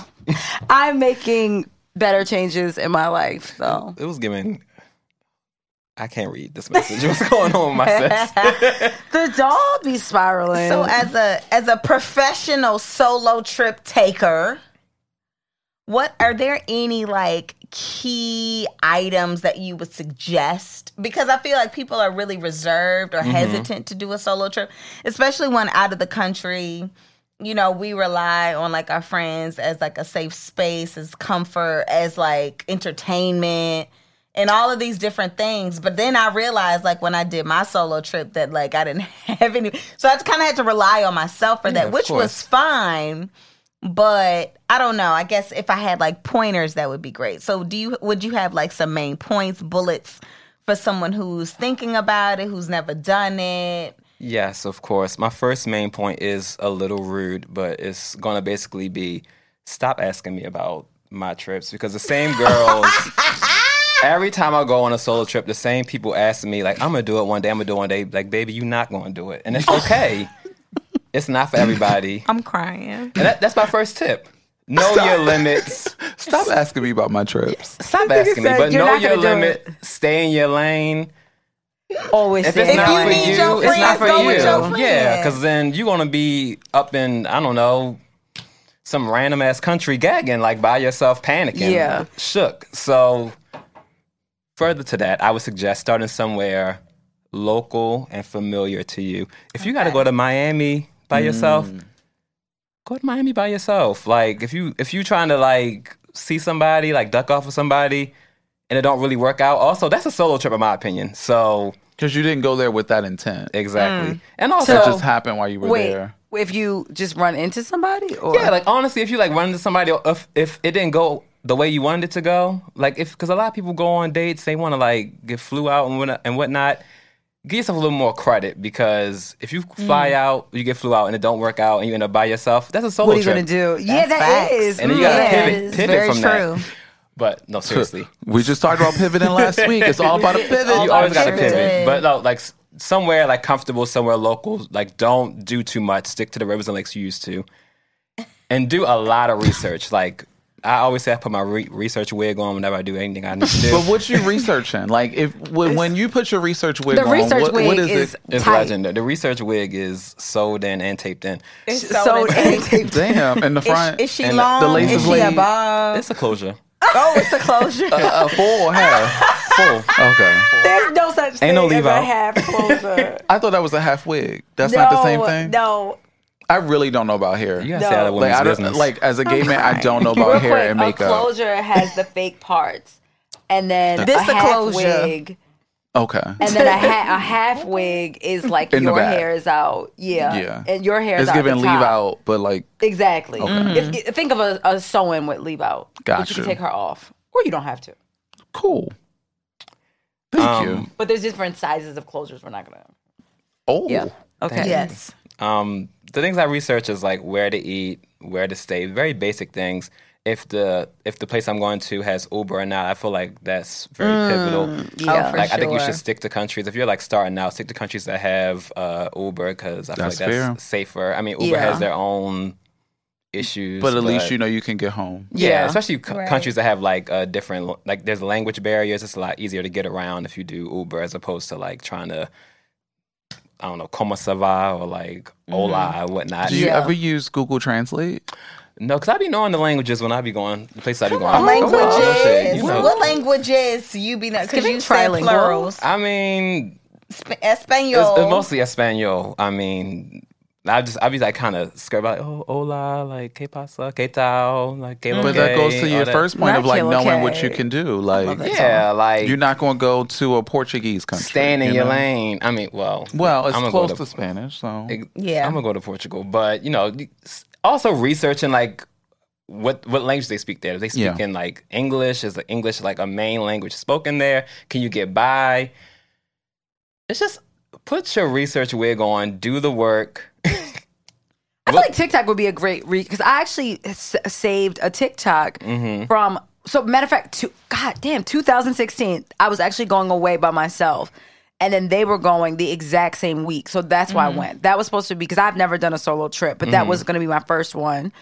Speaker 2: I, I'm making better changes in my life. So
Speaker 4: It was giving. I can't read this message. What's going on with my sis?
Speaker 2: the dog be spiraling.
Speaker 3: So as a as a professional solo trip taker, what are there any like key items that you would suggest? Because I feel like people are really reserved or hesitant to do a solo trip, especially when out of the country. You know, we rely on like our friends as like a safe space, as comfort, as like entertainment and all of these different things. But then I realized, like when I did my solo trip, that like I didn't *laughs* have any, so I kind of had to rely on myself for that,
Speaker 4: of
Speaker 3: which was
Speaker 4: course.
Speaker 3: fine. But I don't know. I guess if I had like pointers, that would be great. So do you? Would you have like some main points, bullets for someone who's thinking about it, who's never done it?
Speaker 4: Yes, of course. My first main point is a little rude, but it's going to basically be stop asking me about my trips because the same
Speaker 2: *laughs*
Speaker 4: girls. Every time I go on a solo trip, the same people ask me, like, I'm going to do it one day, I'm going to do it one day. Like, baby, you're not going to do it. And
Speaker 2: *laughs*
Speaker 4: it's okay. it's not for everybody.
Speaker 3: I'm crying.
Speaker 4: And that, that's my first tip. Know your limits.
Speaker 7: Stop asking me about my trips.
Speaker 4: Stop asking me,
Speaker 2: said,
Speaker 4: but
Speaker 2: "You're
Speaker 4: know
Speaker 2: not
Speaker 4: your
Speaker 2: gonna do
Speaker 4: limit. Stay in your lane.
Speaker 2: always
Speaker 4: If
Speaker 2: say
Speaker 4: it's
Speaker 3: If
Speaker 4: not
Speaker 3: you
Speaker 4: for
Speaker 3: need
Speaker 4: you,
Speaker 3: your
Speaker 4: it's not
Speaker 3: friends,
Speaker 4: for
Speaker 3: go
Speaker 4: you.
Speaker 3: with your
Speaker 4: yeah,
Speaker 3: friends.
Speaker 4: because then you're gonna be up in I don't know some random ass country gagging like by yourself, panicking,
Speaker 2: Yeah.
Speaker 4: shook. So further to that, I would suggest starting somewhere local and familiar to you. If you got to go to Miami by yourself, go to Miami by yourself. Like if you if you trying to like see somebody, like duck off of somebody. And it don't really work out. Also, that's a solo trip, in my opinion. So
Speaker 7: Because you didn't go there with that intent. It
Speaker 4: Exactly. And also,
Speaker 7: just happened while you were
Speaker 2: Mm. wait.
Speaker 7: there.
Speaker 2: If you just run into somebody, or
Speaker 4: yeah, like honestly, if you like run into somebody, or if if it didn't go the way you wanted it to go, like if because a lot of people go on dates, they want to like get flew out and what and whatnot. Give yourself a little more credit because if you
Speaker 2: Mm.
Speaker 4: fly out, you get flew out and it don't work out, and you end up by yourself. That's a solo
Speaker 2: what are you
Speaker 4: trip.
Speaker 2: gonna do? yeah, that
Speaker 3: facts.
Speaker 2: is.
Speaker 4: And then you
Speaker 2: Yeah.
Speaker 4: gotta
Speaker 3: it's
Speaker 4: pivot, pivot
Speaker 3: very
Speaker 4: from
Speaker 3: true.
Speaker 4: that.
Speaker 7: *laughs*
Speaker 4: But no, seriously,
Speaker 7: We just talked about pivoting last week. It's all about a pivot.
Speaker 4: *laughs* you always gotta
Speaker 3: true.
Speaker 4: pivot. But no, like s- somewhere like comfortable, somewhere local. Like don't do too much. Stick to the rivers and lakes you used to, and do a lot of research. like I always say, I put my re- research wig on whenever I do anything I need to do.
Speaker 7: But what you researching? Like if when, when you put your research wig
Speaker 2: The
Speaker 7: on,
Speaker 2: research
Speaker 7: what,
Speaker 2: wig
Speaker 7: what is,
Speaker 2: is
Speaker 7: it?
Speaker 4: it's
Speaker 2: tight.
Speaker 4: legendary. The research wig is sewed in and taped in.
Speaker 3: It's *laughs*
Speaker 2: so *laughs*
Speaker 7: Damn, in the front,
Speaker 3: Is she
Speaker 7: and the-
Speaker 3: long?
Speaker 7: The lace
Speaker 3: is
Speaker 7: is
Speaker 3: she
Speaker 7: laid.
Speaker 3: above?
Speaker 4: It's
Speaker 7: *laughs*
Speaker 4: a closure.
Speaker 3: Oh, it's a *laughs* closure.
Speaker 7: a, a Uh, full or half?
Speaker 4: Full.
Speaker 7: Okay,
Speaker 2: There's *laughs* no such thing
Speaker 4: no
Speaker 2: as
Speaker 4: leave
Speaker 2: a
Speaker 4: out.
Speaker 2: half closure.
Speaker 7: I thought that was a half wig. *laughs* That's not the same thing.
Speaker 2: No,
Speaker 7: I really don't know about hair.
Speaker 4: You gotta stay out of
Speaker 2: No.
Speaker 7: Like
Speaker 4: women's
Speaker 7: I don't,
Speaker 4: business.
Speaker 7: like as a gay man, I don't know
Speaker 2: Real
Speaker 7: about hair
Speaker 2: quick,
Speaker 7: and
Speaker 2: A
Speaker 7: makeup.
Speaker 2: closure has the fake parts, and then
Speaker 3: This
Speaker 2: a
Speaker 3: the
Speaker 2: half
Speaker 3: closure.
Speaker 2: wig,
Speaker 7: Okay,
Speaker 2: and then a, ha- a half wig is like
Speaker 7: In the
Speaker 2: your
Speaker 7: back.
Speaker 2: hair is out, yeah,
Speaker 7: Yeah.
Speaker 2: and your hair is
Speaker 7: it's
Speaker 2: out
Speaker 7: giving
Speaker 2: the
Speaker 7: leave
Speaker 2: top.
Speaker 7: out, but like
Speaker 2: Exactly. If- think of a, a sew-in with leave out, but you
Speaker 7: Gotcha.
Speaker 2: can take her off, or you don't have to.
Speaker 7: cool. Thank
Speaker 4: Um,
Speaker 7: you.
Speaker 2: But there's different sizes of closures. We're not gonna.
Speaker 7: Oh,
Speaker 2: Yeah. Okay.
Speaker 3: yes.
Speaker 4: Um, the things I research is like where to eat, where to stay, very basic things. If the if the place I'm going to has Uber or not, I feel like that's very
Speaker 7: Mm.
Speaker 4: pivotal.
Speaker 3: Yeah. Oh, for
Speaker 4: like I think you
Speaker 3: sure.
Speaker 4: should stick to countries. If you're like starting out, stick to countries that have uh, Uber because I feel
Speaker 7: That's
Speaker 4: like that's
Speaker 7: fair.
Speaker 4: safer. I mean, Uber
Speaker 2: Yeah.
Speaker 4: has their own issues,
Speaker 7: but at least you know you can get home.
Speaker 4: Yeah,
Speaker 2: Yeah.
Speaker 4: especially c- countries that have like uh, different like there's language barriers. It's a lot easier to get around if you do Uber as opposed to like trying to I don't know, como se va or like hola or whatnot.
Speaker 7: Do you
Speaker 2: Yeah.
Speaker 7: ever use Google Translate?
Speaker 4: No, because I be knowing the languages when I be going, the places I be going.
Speaker 3: What languages?
Speaker 4: You know.
Speaker 3: What languages you be not? Because
Speaker 2: giving
Speaker 3: you said
Speaker 2: trilingual.
Speaker 3: plurals.
Speaker 4: I mean,
Speaker 3: Sp- Espanol.
Speaker 4: it's, it's mostly Espanol. I mean,
Speaker 5: I just I be like kind of scared about like, oh hola like que pasa que tal like que lo
Speaker 4: But that
Speaker 5: que,
Speaker 4: goes to
Speaker 5: all
Speaker 4: your
Speaker 5: that.
Speaker 4: first point of like
Speaker 2: Regular
Speaker 4: knowing what you
Speaker 2: cake.
Speaker 4: can do. Like
Speaker 5: yeah like
Speaker 4: you're not going to go to a Portuguese country.
Speaker 5: staying in
Speaker 4: you
Speaker 5: your
Speaker 4: know?
Speaker 5: lane. I mean well
Speaker 4: Well, it's
Speaker 5: I'ma go
Speaker 4: close to, Spanish, so
Speaker 3: Yeah.
Speaker 5: I'm gonna go to Portugal, but you know, also researching like what what language they speak there. If they speak
Speaker 4: Yeah.
Speaker 5: in like English, is the English like a main language spoken there? Can you get by? It's just put your research wig on, do the work.
Speaker 2: I feel like TikTok would be a great read because I actually s- saved a TikTok
Speaker 7: Mm-hmm.
Speaker 2: from. So matter of fact, to, God damn, 2016, I was actually going away by myself, and then they were going the exact same week. So that's why I
Speaker 7: Mm-hmm.
Speaker 2: went. That was supposed to be because I've never done a solo trip, but that was going to be my first one.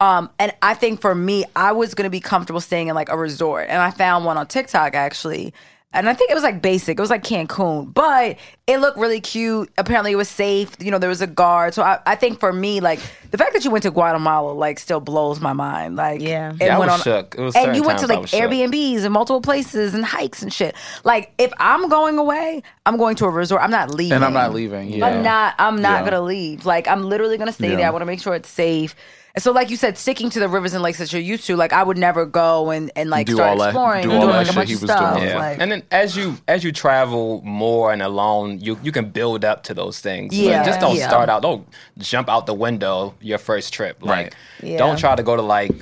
Speaker 2: Um, and I think for me, I was going to be comfortable staying in like a resort, and I found one on TikTok actually. And I think it was like basic. It was like Cancun, but it looked really cute. Apparently, it was safe. You know, there was a guard. So I, I think for me, like the fact that you went to Guatemala, like, still blows my mind. Like,
Speaker 3: Yeah.
Speaker 2: it
Speaker 5: Yeah, I
Speaker 2: went
Speaker 5: was
Speaker 2: on-
Speaker 5: shook. It was
Speaker 2: and
Speaker 5: certain
Speaker 2: you went to
Speaker 5: times I
Speaker 2: like
Speaker 5: was shook.
Speaker 2: Airbnbs and multiple places and hikes and shit. Like, if I'm going away, I'm going to a resort. I'm not leaving.
Speaker 4: and I'm not leaving. Yeah.
Speaker 2: I'm not. I'm not
Speaker 4: Yeah.
Speaker 2: gonna leave. Like I'm literally gonna stay
Speaker 4: Yeah.
Speaker 2: there. I want to make sure it's safe. And so, like you said, sticking to the rivers and lakes that you're used to. Like I would never go and and like
Speaker 4: Do
Speaker 2: start
Speaker 4: all that-
Speaker 2: exploring
Speaker 4: do
Speaker 2: and
Speaker 4: all
Speaker 2: doing
Speaker 4: that
Speaker 2: like a bunch
Speaker 4: shit he
Speaker 2: of
Speaker 4: was
Speaker 2: stuff.
Speaker 4: doing.
Speaker 5: Yeah.
Speaker 2: Like,
Speaker 5: and then as you as you travel more and alone, you you can build up to those things. But
Speaker 2: Yeah.
Speaker 5: just don't
Speaker 2: Yeah.
Speaker 5: start out. Don't jump out the window your first trip. Like
Speaker 3: Yeah.
Speaker 5: don't try to go to like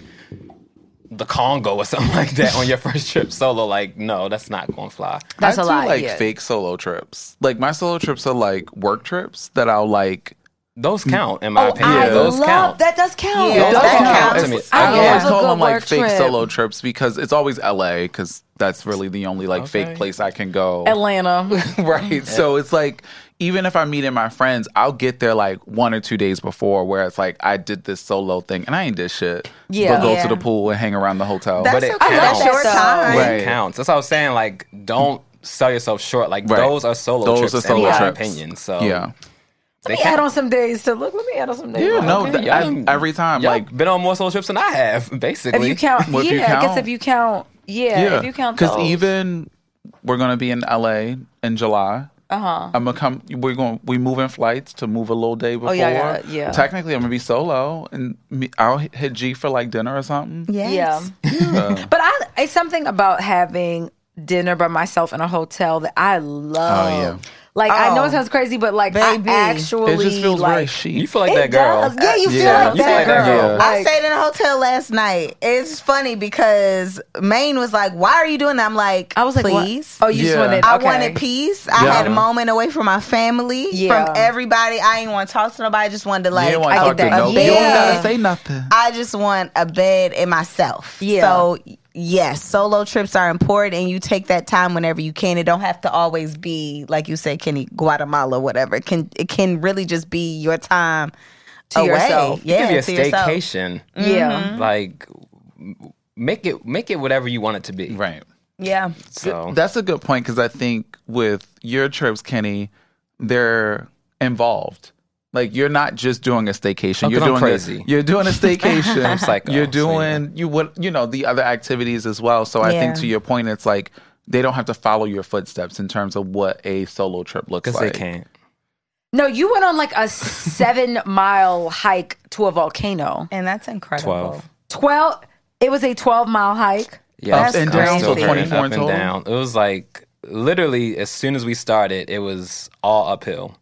Speaker 5: the Congo or *laughs* something like that on your first trip solo. Like no, that's not going to fly.
Speaker 2: that's
Speaker 4: I
Speaker 2: a
Speaker 4: do
Speaker 2: lot.
Speaker 4: like
Speaker 2: yeah.
Speaker 4: fake solo trips. Like my solo trips are like work trips that I'll like.
Speaker 5: Those count in my
Speaker 2: Oh,
Speaker 5: opinion.
Speaker 2: I
Speaker 5: Those
Speaker 2: love
Speaker 5: count.
Speaker 2: that. Does count.
Speaker 3: Yeah, It
Speaker 2: That
Speaker 3: does
Speaker 2: counts.
Speaker 3: count.
Speaker 4: It's-
Speaker 5: to me.
Speaker 2: I
Speaker 4: I
Speaker 2: love
Speaker 4: always
Speaker 2: a
Speaker 4: call
Speaker 2: good
Speaker 4: them like
Speaker 2: work
Speaker 4: fake
Speaker 2: trip.
Speaker 4: solo trips because it's always LA because that's really the only like
Speaker 5: Okay.
Speaker 4: fake place I can go.
Speaker 2: Atlanta.
Speaker 4: *laughs* right. So it's like even if I'm meeting my friends, I'll get there like one or two days before where it's like I did this solo thing and I ain't did shit.
Speaker 2: Yeah.
Speaker 4: But go
Speaker 3: Yeah.
Speaker 4: to the pool and hang around the hotel.
Speaker 3: That's
Speaker 5: it
Speaker 3: okay.
Speaker 5: counts.
Speaker 3: That's
Speaker 5: I
Speaker 2: love
Speaker 3: your
Speaker 2: that,
Speaker 3: time.
Speaker 4: though. Right.
Speaker 5: It counts. That's what I was saying. Like don't sell yourself short. Like
Speaker 4: Right.
Speaker 5: those are solo
Speaker 4: Those
Speaker 5: trips
Speaker 4: are solo
Speaker 5: in my
Speaker 4: trips.
Speaker 5: opinion. So
Speaker 4: yeah.
Speaker 2: Let me *laughs* add on some days to look. Let me add on some days.
Speaker 4: Yeah, no,
Speaker 5: Okay,
Speaker 4: th-
Speaker 5: y'all
Speaker 4: I-
Speaker 5: done-
Speaker 4: every time.
Speaker 5: Y'all
Speaker 4: Like
Speaker 5: been on more solo trips than I have,
Speaker 2: If
Speaker 5: basically.
Speaker 2: you count,
Speaker 4: Well,
Speaker 2: yeah,
Speaker 4: if you
Speaker 2: I guess
Speaker 4: count-
Speaker 2: if you count, yeah, if you count,
Speaker 4: because
Speaker 2: those.
Speaker 4: even we're gonna be in LA in July. Uh
Speaker 2: Uh-huh.
Speaker 4: huh. I'm gonna come. We're going. We move in flights to move a little day before.
Speaker 2: Oh, yeah, I got it, yeah.
Speaker 4: Technically, I'm gonna be solo, and me, I'll hit hit G for like dinner or something.
Speaker 3: Yes.
Speaker 2: yeah. *laughs* But I, it's something about having dinner by myself in a hotel that I love.
Speaker 4: Oh, yeah.
Speaker 2: Like I know
Speaker 3: Oh,
Speaker 2: it sounds crazy, but like
Speaker 3: baby.
Speaker 2: I actually
Speaker 4: It just feels
Speaker 2: like,
Speaker 4: very chic.
Speaker 5: You feel like that
Speaker 2: It
Speaker 5: girl.
Speaker 2: does. Yeah, you feel
Speaker 4: Yeah.
Speaker 2: like
Speaker 4: You feel
Speaker 2: that
Speaker 4: like that
Speaker 2: girl.
Speaker 4: girl.
Speaker 3: I stayed in a hotel last night. It's funny because Maine was like, "Why are you doing that?" I'm like,
Speaker 2: I was like, what?
Speaker 3: "Please."
Speaker 2: Oh, you just
Speaker 4: Yeah.
Speaker 2: wanted.
Speaker 3: I
Speaker 2: okay.
Speaker 3: wanted peace. I
Speaker 4: Yeah.
Speaker 3: had a moment away from my family,
Speaker 2: Yeah.
Speaker 3: from everybody. I ain't want to talk to nobody. I just wanted to like,
Speaker 4: you don't want
Speaker 2: I
Speaker 4: to
Speaker 2: get
Speaker 4: talk to
Speaker 2: that.
Speaker 4: nobody.
Speaker 3: Yeah.
Speaker 4: You don't gotta say nothing.
Speaker 3: I just want a bed and myself.
Speaker 2: Yeah.
Speaker 3: So yes, solo trips are important, and you take that time whenever you can. It don't have to always be like you said, Kenny, Guatemala, whatever. It can it can really just be your time
Speaker 2: To
Speaker 3: away.
Speaker 2: yourself. It
Speaker 3: Yeah,
Speaker 5: It could
Speaker 3: to
Speaker 5: be a
Speaker 3: yourself.
Speaker 5: staycation.
Speaker 2: Yeah. Mm-hmm.
Speaker 5: Like m- make it make it whatever you want it to be.
Speaker 4: Right.
Speaker 3: Yeah.
Speaker 5: So
Speaker 4: That's a good point because I think with your trips, Kenny, they're involved. Like you're not just doing a staycation.
Speaker 5: Oh, 'cause
Speaker 4: you're
Speaker 5: I'm
Speaker 4: doing
Speaker 5: crazy.
Speaker 4: A,
Speaker 5: *laughs*
Speaker 4: you're doing a staycation.
Speaker 5: I'm psycho,
Speaker 4: You're
Speaker 5: so
Speaker 4: doing you what you know the other activities as well. So I think
Speaker 3: Yeah.
Speaker 4: to your point, it's like they don't have to follow your footsteps in terms of what a solo trip looks
Speaker 5: because
Speaker 4: like.
Speaker 5: they can't.
Speaker 2: No, you went on like a seven *laughs* mile hike to a volcano.
Speaker 3: And that's incredible.
Speaker 5: Twelve.
Speaker 2: Twelve. It was a twelve mile hike.
Speaker 5: Yeah.
Speaker 4: Up and
Speaker 5: I'm
Speaker 4: down,
Speaker 5: still
Speaker 4: so
Speaker 5: turning
Speaker 4: 24
Speaker 5: up
Speaker 4: in
Speaker 5: and
Speaker 4: total?
Speaker 5: down. It was like literally as soon as we started, it was all uphill.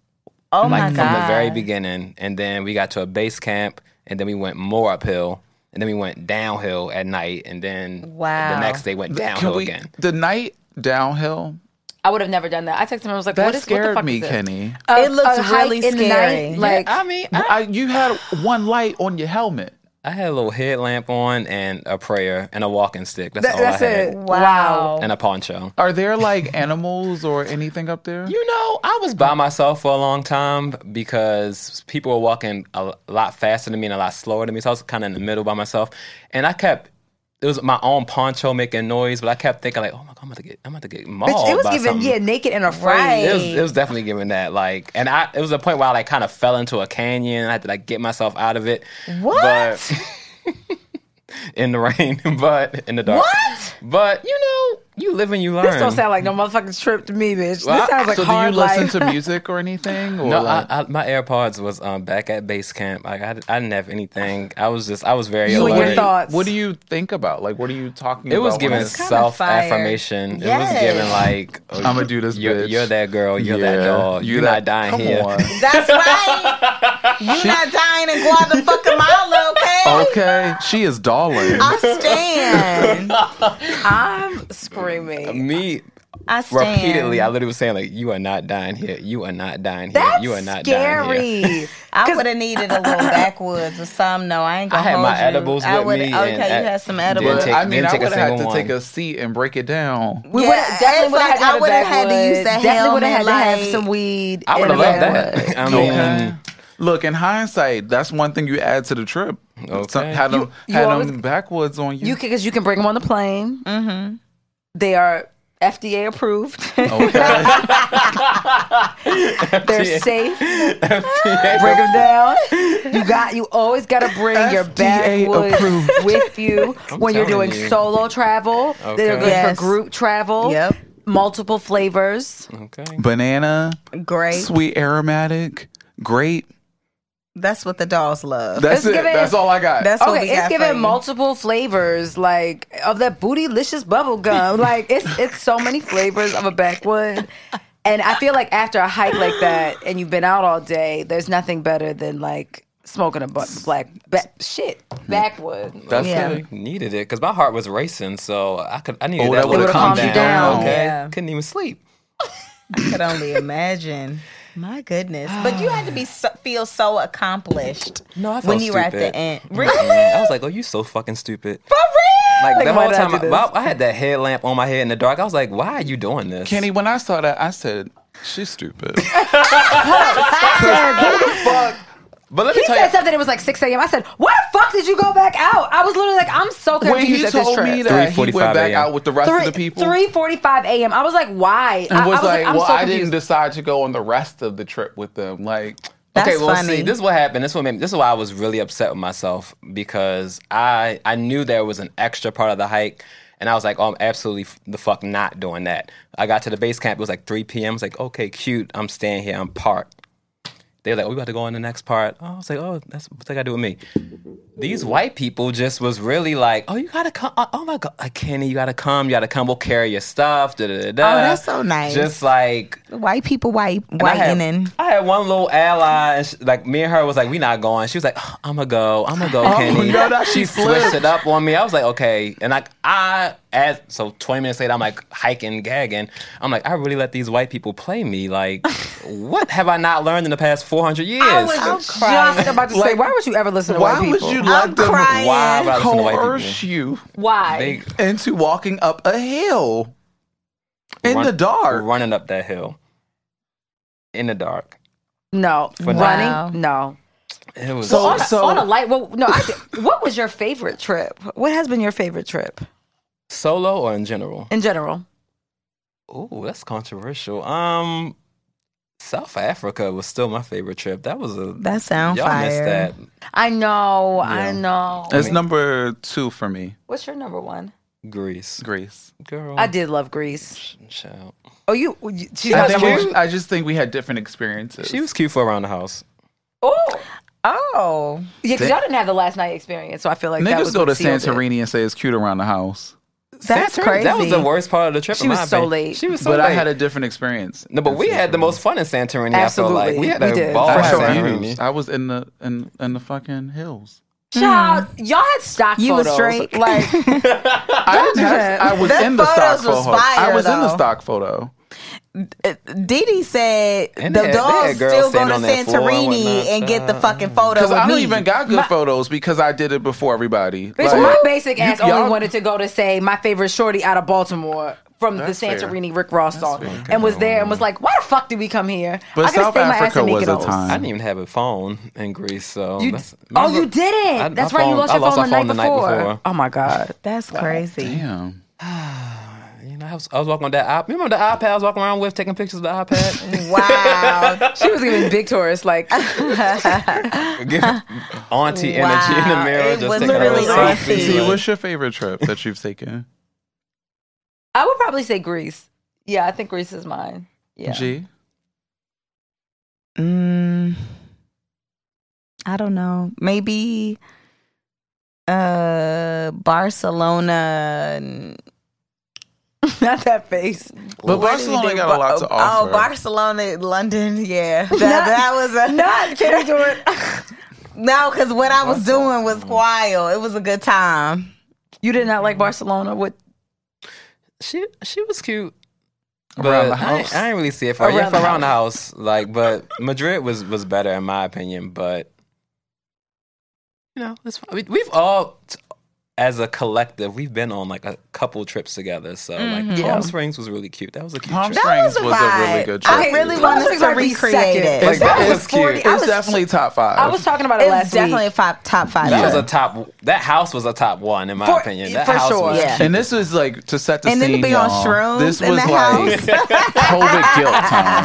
Speaker 3: Oh
Speaker 5: like
Speaker 3: my
Speaker 5: from
Speaker 3: god.
Speaker 5: the very beginning. And then we got to a base camp and then we went more uphill. And then we went downhill at night and then
Speaker 3: Wow.
Speaker 5: the next day went
Speaker 4: Can
Speaker 5: downhill
Speaker 4: we,
Speaker 5: again.
Speaker 4: The night downhill
Speaker 2: I would have never done that. I texted him. I was like,
Speaker 4: that
Speaker 2: "What is what the
Speaker 4: scared
Speaker 2: fuck
Speaker 4: me,
Speaker 2: is this?
Speaker 4: Kenny.
Speaker 2: A-
Speaker 3: It looks
Speaker 2: a hike
Speaker 3: really
Speaker 2: in the
Speaker 3: scary.
Speaker 2: night, Like
Speaker 5: I mean,
Speaker 2: Ah.
Speaker 5: I,
Speaker 4: I, you had one light on your helmet.
Speaker 5: I had a little headlamp on and a prayer and a walking stick. That's
Speaker 2: That-
Speaker 5: all
Speaker 2: that's
Speaker 5: I had.
Speaker 2: it.
Speaker 3: Wow.
Speaker 5: And a poncho.
Speaker 4: Are there like animals or anything up there?
Speaker 5: You know, I was by myself for a long time because people were walking a lot faster than me and a lot slower than me. So I was kind of in the middle by myself, and I kept. It was my own poncho making noise, but I kept thinking like, "Oh my god, I'm about to get, I'm about to get mauled."
Speaker 2: bitch, it was
Speaker 5: by
Speaker 2: giving
Speaker 5: something.
Speaker 2: yeah, naked and afraid.
Speaker 3: Right.
Speaker 5: It was, it was definitely giving that like, and I it was a point where I like kind of fell into a canyon. I had to like get myself out of it.
Speaker 3: What?
Speaker 5: *laughs* But, in the rain, *laughs* but in the dark.
Speaker 3: What?
Speaker 5: But you know, You live and you learn.
Speaker 2: This don't sound like no motherfucking trip to me, bitch.
Speaker 4: Well,
Speaker 2: this sounds like
Speaker 4: so
Speaker 2: hard
Speaker 4: do you listen
Speaker 2: life. *laughs*
Speaker 4: to music or anything? Or
Speaker 5: no, I,
Speaker 4: like-
Speaker 5: I, my AirPods was um, back at base camp. Like I, I didn't have anything. I was just, I was very
Speaker 2: You and
Speaker 5: alert.
Speaker 2: your thoughts.
Speaker 4: what do you think about? Like, what are you talking
Speaker 5: It
Speaker 4: about?
Speaker 5: was
Speaker 4: when
Speaker 5: giving
Speaker 4: it's-
Speaker 3: kinda
Speaker 5: self
Speaker 3: fire.
Speaker 5: affirmation. It was
Speaker 3: Yes.
Speaker 5: giving like, oh,
Speaker 4: I'ma do this,
Speaker 5: You're,
Speaker 4: bitch.
Speaker 5: you're that girl. You're that
Speaker 4: Yeah.
Speaker 5: dog.
Speaker 4: You
Speaker 5: You're not
Speaker 4: that-
Speaker 5: dying
Speaker 4: come
Speaker 5: here.
Speaker 4: on.
Speaker 5: *laughs*
Speaker 3: That's right. You're not dying in Guadalajara, okay?
Speaker 5: Oh.
Speaker 4: Okay, she is darling.
Speaker 3: I stand.
Speaker 2: I'm
Speaker 4: Um,
Speaker 2: screaming.
Speaker 5: Me
Speaker 3: I
Speaker 5: *laughs*
Speaker 3: stand.
Speaker 5: repeatedly, I literally was saying like, "You are not dying here. You are not dying here.
Speaker 2: That's
Speaker 5: you are not dying here."
Speaker 2: scary.
Speaker 3: I would have needed a little backwoods or something. No, I ain't
Speaker 5: I
Speaker 3: gonna.
Speaker 5: had
Speaker 3: hold
Speaker 5: my
Speaker 3: you.
Speaker 5: edibles
Speaker 3: I
Speaker 5: with
Speaker 3: would-
Speaker 5: me
Speaker 3: Okay,
Speaker 5: and-
Speaker 3: you had some edibles.
Speaker 5: Didn't
Speaker 4: But
Speaker 5: take-
Speaker 4: I mean,
Speaker 5: didn't
Speaker 4: I
Speaker 5: take a
Speaker 4: would have had to
Speaker 5: single
Speaker 4: take
Speaker 5: one.
Speaker 4: a seat and break it down.
Speaker 2: We
Speaker 3: Yeah,
Speaker 2: would've- definitely
Speaker 3: it's
Speaker 2: would have
Speaker 3: like
Speaker 2: had to,
Speaker 3: I
Speaker 2: have
Speaker 3: would've had to use that
Speaker 2: Definitely would have had
Speaker 3: helmet,
Speaker 2: to have
Speaker 3: like-
Speaker 2: some weed.
Speaker 5: I would
Speaker 2: in
Speaker 5: have
Speaker 2: a
Speaker 5: loved
Speaker 2: backwoods.
Speaker 5: that. *laughs* I mean,
Speaker 4: Okay. Look, in hindsight, that's one thing you add to the trip.
Speaker 5: Okay.
Speaker 4: So- had them,
Speaker 2: you
Speaker 4: had
Speaker 2: always-
Speaker 4: them backwoods on you.
Speaker 2: You can because you can bring them on the plane. Mm-hmm. They are FDA approved. *laughs*
Speaker 4: *laughs* okay.
Speaker 2: They're safe. *laughs* Bring them down. You got. You always got to bring your
Speaker 4: FDA
Speaker 2: backwoods
Speaker 4: approved.
Speaker 2: with you when you're
Speaker 5: telling
Speaker 2: doing
Speaker 5: you.
Speaker 2: solo travel. They're
Speaker 5: Okay.
Speaker 2: good
Speaker 3: Yes.
Speaker 2: for group travel.
Speaker 3: Yep.
Speaker 2: Multiple flavors.
Speaker 5: okay.
Speaker 4: Banana,
Speaker 3: Great.
Speaker 4: sweet aromatic, grape.
Speaker 3: That's what the dolls love.
Speaker 4: That's
Speaker 2: Let's
Speaker 4: it.
Speaker 2: give it-
Speaker 4: That's all I got.
Speaker 3: That's what
Speaker 2: okay,
Speaker 3: we got
Speaker 2: it's
Speaker 3: for
Speaker 2: giving
Speaker 3: you.
Speaker 2: multiple flavors, like of that bootylicious bubble gum.
Speaker 4: *laughs*
Speaker 2: like it's it's so many flavors of a backwood. And I feel like after a hike like that, and you've been out all day, there's nothing better than like smoking a bu- black ba- shit
Speaker 4: Hmm.
Speaker 2: backwood.
Speaker 4: That's
Speaker 3: Yeah.
Speaker 4: it.
Speaker 5: Needed it because my heart was racing, so I could I needed
Speaker 4: Oh, that
Speaker 5: that,
Speaker 4: would've
Speaker 5: little calm
Speaker 4: calmed you
Speaker 5: down.
Speaker 4: down.
Speaker 5: Okay,
Speaker 2: Yeah.
Speaker 5: couldn't even sleep.
Speaker 3: I could only imagine. My goodness, but you had to be so, feel so accomplished
Speaker 5: No, I felt
Speaker 3: when you were at
Speaker 5: stupid.
Speaker 3: the end.
Speaker 5: Mm-mm.
Speaker 3: Really,
Speaker 5: I was like, "Oh, you so fucking stupid."
Speaker 3: for real?
Speaker 5: Like the
Speaker 2: why
Speaker 5: whole
Speaker 2: did I
Speaker 5: time,
Speaker 2: do
Speaker 5: I,
Speaker 2: this?
Speaker 5: I had that headlamp on my head in the dark. I was like, "Why are you doing this?"
Speaker 4: Kenny, when I saw that, I said, she's
Speaker 5: *laughs*
Speaker 4: stupid. *laughs*
Speaker 5: But let me
Speaker 2: He
Speaker 5: tell
Speaker 2: said
Speaker 5: you,
Speaker 2: something. It was like 6 a.m. I said, "Why the fuck did you go back out?" I was literally like, "I'm so confused
Speaker 4: when he
Speaker 2: at this
Speaker 4: told
Speaker 2: trip."
Speaker 4: me that he
Speaker 5: 3:45
Speaker 4: went back
Speaker 5: a.m.
Speaker 4: out with the rest of the people.
Speaker 2: Three forty-five a.m. I was like, "Why?"
Speaker 4: and
Speaker 2: I
Speaker 4: was, like,
Speaker 2: "I'm
Speaker 4: well,
Speaker 2: so
Speaker 4: I
Speaker 2: confused."
Speaker 4: didn't decide to go on the rest of the trip with them. Like,
Speaker 5: okay,
Speaker 3: That's
Speaker 5: well,
Speaker 3: funny.
Speaker 5: see, this is what happened. This is what made, this is why I was really upset with myself because I I knew there was an extra part of the hike, and I was like, "Oh, I'm absolutely f- the fuck not doing that." I got to the base camp. It was like 3 p.m. I was like, "Okay, cute. I'm staying here. I'm parked." They were like, "Oh, we about to go on the next part." Oh, I was like, "Oh, that's what they got to do with me." These white people just was really like, "Oh, you gotta come! Oh, oh my god, like, Kenny, you gotta come! You gotta come! We'll carry your stuff." Da, da, da, da.
Speaker 3: Oh, that's so nice.
Speaker 5: Just like
Speaker 3: white people white
Speaker 5: and I had-
Speaker 3: whitening.
Speaker 5: I had, one little ally, and she, like me and her was like, we not going. She was like, I'm gonna go, I'm gonna go, Kenny.
Speaker 4: no, that
Speaker 5: she
Speaker 4: she
Speaker 5: switched
Speaker 4: flipped.
Speaker 5: it up on me. I was like, okay, and like I as so 20 minutes later, I'm like hiking, gagging. I'm like, I really let these white people play me. Like, what have I not learned in the past 400 years?
Speaker 2: I was
Speaker 3: I'm
Speaker 2: just
Speaker 3: crying.
Speaker 2: about to say,
Speaker 4: Like,
Speaker 2: why would you ever listen to
Speaker 4: why
Speaker 2: white people?
Speaker 4: would you let them
Speaker 3: crying.
Speaker 5: Why would I listen to white
Speaker 4: coerce you
Speaker 2: Why?
Speaker 5: They
Speaker 4: into walking up a hill in
Speaker 5: run-
Speaker 4: the dark?
Speaker 5: running up that hill in the dark.
Speaker 2: no, running. No.
Speaker 5: It was
Speaker 4: So-
Speaker 2: Oh. on, a,
Speaker 4: so-
Speaker 2: on a light. Well, no. I, what was your favorite trip? What has been your favorite trip
Speaker 5: solo or in general.
Speaker 2: in general?
Speaker 5: Ooh, that's controversial. Um, South Africa was still my favorite trip. That was a
Speaker 3: That sound
Speaker 5: y'all missed
Speaker 3: fire.
Speaker 5: that.
Speaker 2: I know. I know.
Speaker 4: It's number two for me,
Speaker 2: What's your number one?
Speaker 5: Greece,
Speaker 4: Greece.
Speaker 5: girl.
Speaker 2: I did love Greece.
Speaker 5: Shout.
Speaker 2: Oh, you. you she's
Speaker 4: I,
Speaker 2: not
Speaker 4: think
Speaker 2: number one.
Speaker 4: we- I just think we had different experiences.
Speaker 5: She was cute for around the house.
Speaker 2: Oh,
Speaker 3: Oh,
Speaker 2: yeah. Because y'all didn't have the last night experience, so I feel like that was
Speaker 4: Niggas go
Speaker 2: what
Speaker 4: to
Speaker 2: sealed it.
Speaker 4: Santorini and say it's cute around the house,
Speaker 3: that's
Speaker 5: Santorini,
Speaker 3: crazy.
Speaker 5: That was the worst part of the trip.
Speaker 2: She
Speaker 5: in
Speaker 2: was
Speaker 5: my
Speaker 2: so
Speaker 5: opinion.
Speaker 2: late.
Speaker 5: She was so
Speaker 4: but
Speaker 5: late.
Speaker 4: I had a different experience.
Speaker 5: no, but
Speaker 4: in
Speaker 5: we had the
Speaker 4: Santorini.
Speaker 5: most fun in Santorini. I feel
Speaker 2: Absolutely.
Speaker 5: like we had
Speaker 2: We
Speaker 5: a
Speaker 2: did.
Speaker 5: ball
Speaker 4: I
Speaker 5: in
Speaker 2: Alright.
Speaker 4: had
Speaker 5: Santorini.
Speaker 4: views. I was in the in in the fucking hills.
Speaker 2: Child, y'all had stock
Speaker 3: You was
Speaker 2: photos.
Speaker 3: straight.
Speaker 2: Like
Speaker 4: I didn't have. I was
Speaker 3: Them
Speaker 4: in the stock
Speaker 3: photos was
Speaker 4: photo. I
Speaker 3: fire,
Speaker 4: was in the
Speaker 3: though.
Speaker 4: stock photo.
Speaker 3: Didi said
Speaker 5: And
Speaker 3: the
Speaker 5: they had- they
Speaker 3: dogs
Speaker 5: had girls
Speaker 3: still go to
Speaker 5: standing on that floor and
Speaker 3: Santorini and,
Speaker 5: whatnot. Uh-uh.
Speaker 3: get the fucking photo
Speaker 4: Because
Speaker 3: with
Speaker 4: I don't
Speaker 3: me.
Speaker 4: even got good photos because I did it before everybody.
Speaker 2: Bitch,
Speaker 4: Like,
Speaker 2: my basic
Speaker 4: you-
Speaker 2: ass
Speaker 4: y'all-
Speaker 2: only wanted to go to say my favorite shorty out of Baltimore from the
Speaker 4: That's
Speaker 2: Santorini Rick Ross song, and was there and was like, "Why the fuck did we come here?"
Speaker 4: But
Speaker 2: I coulda
Speaker 4: South
Speaker 2: stayed my ass
Speaker 4: Africa
Speaker 2: in
Speaker 4: was a
Speaker 2: Mykonos.
Speaker 5: I
Speaker 4: time.
Speaker 5: didn't even have a phone in Greece, so
Speaker 2: You-
Speaker 5: that's- my
Speaker 2: oh, you
Speaker 5: ver-
Speaker 2: didn't.
Speaker 5: I- my
Speaker 2: That's right. You
Speaker 5: phone-
Speaker 2: lost
Speaker 5: I
Speaker 2: your
Speaker 5: lost
Speaker 2: phone,
Speaker 5: my
Speaker 2: the, night before.
Speaker 5: before.
Speaker 2: Oh
Speaker 5: *laughs*
Speaker 2: my god.
Speaker 3: That's crazy.
Speaker 4: Damn.
Speaker 5: *sighs* You know, I was, I was walking on that. iP- Remember the iPad? I was walking around with taking pictures of the
Speaker 4: *laughs*
Speaker 5: iPad. *laughs*
Speaker 3: Wow.
Speaker 2: She was giving big tourists like
Speaker 5: Giving Auntie energy in the
Speaker 3: Wow,
Speaker 5: mirror.
Speaker 3: it
Speaker 5: just
Speaker 3: was
Speaker 5: taking
Speaker 3: literally
Speaker 5: little
Speaker 3: auntie.
Speaker 5: selfies,
Speaker 4: See,
Speaker 5: like-
Speaker 4: what's your favorite trip that you've taken?
Speaker 2: I would probably say Greece. Yeah, I think Greece is mine. Yeah.
Speaker 4: G.
Speaker 3: Mm, I don't know. Maybe uh Barcelona. and-
Speaker 2: *laughs* Not that
Speaker 4: *laughs*
Speaker 2: face.
Speaker 4: But
Speaker 3: What do we
Speaker 4: Barcelona
Speaker 3: do?
Speaker 4: got a lot to
Speaker 3: Oh,
Speaker 4: offer.
Speaker 3: Oh, Barcelona, London.
Speaker 2: *laughs*
Speaker 3: Yeah, that, that was a
Speaker 2: Not can I do it?
Speaker 3: no. Because what I was doing was wild. It was a good time.
Speaker 2: You did not like Barcelona with
Speaker 5: She she was cute.
Speaker 2: oh,
Speaker 5: But
Speaker 4: Around the
Speaker 5: I,
Speaker 4: house.
Speaker 5: ain't- I didn't really see it for her.
Speaker 2: Around
Speaker 5: Yeah, for
Speaker 2: the
Speaker 5: around the house. Like, but Madrid was was better in my opinion. But you know, it's fine. We, we've all, t- as a collective, we've been on like a couple trips together. So like,
Speaker 2: Yeah.
Speaker 5: Palm Springs was really cute. That was a cute
Speaker 4: Palm
Speaker 5: trip.
Speaker 4: Springs
Speaker 3: That was a
Speaker 4: was a really
Speaker 3: vibe.
Speaker 4: good
Speaker 3: I
Speaker 4: trip.
Speaker 3: really
Speaker 4: Palm
Speaker 3: wanted
Speaker 2: Springs
Speaker 3: to
Speaker 2: might be
Speaker 3: recreate
Speaker 2: second.
Speaker 3: it.
Speaker 4: It's,
Speaker 2: Like, that
Speaker 4: it's
Speaker 2: was
Speaker 4: cute.
Speaker 2: 40 I
Speaker 4: it's
Speaker 2: was-
Speaker 4: definitely top five.
Speaker 2: I was talking about it
Speaker 3: It's
Speaker 2: last
Speaker 3: definitely
Speaker 2: week.
Speaker 3: a five, top five.
Speaker 5: That
Speaker 4: Yeah.
Speaker 5: was a top. That house was a top one in my
Speaker 2: For-
Speaker 5: opinion. That
Speaker 2: for
Speaker 5: house
Speaker 2: sure.
Speaker 5: was
Speaker 3: Yeah.
Speaker 4: and this was like to set the
Speaker 3: And then
Speaker 4: scene.
Speaker 3: to be on
Speaker 4: y'all,
Speaker 3: shrooms
Speaker 4: This
Speaker 3: in
Speaker 4: was
Speaker 3: the
Speaker 4: like *laughs* COVID guilt time.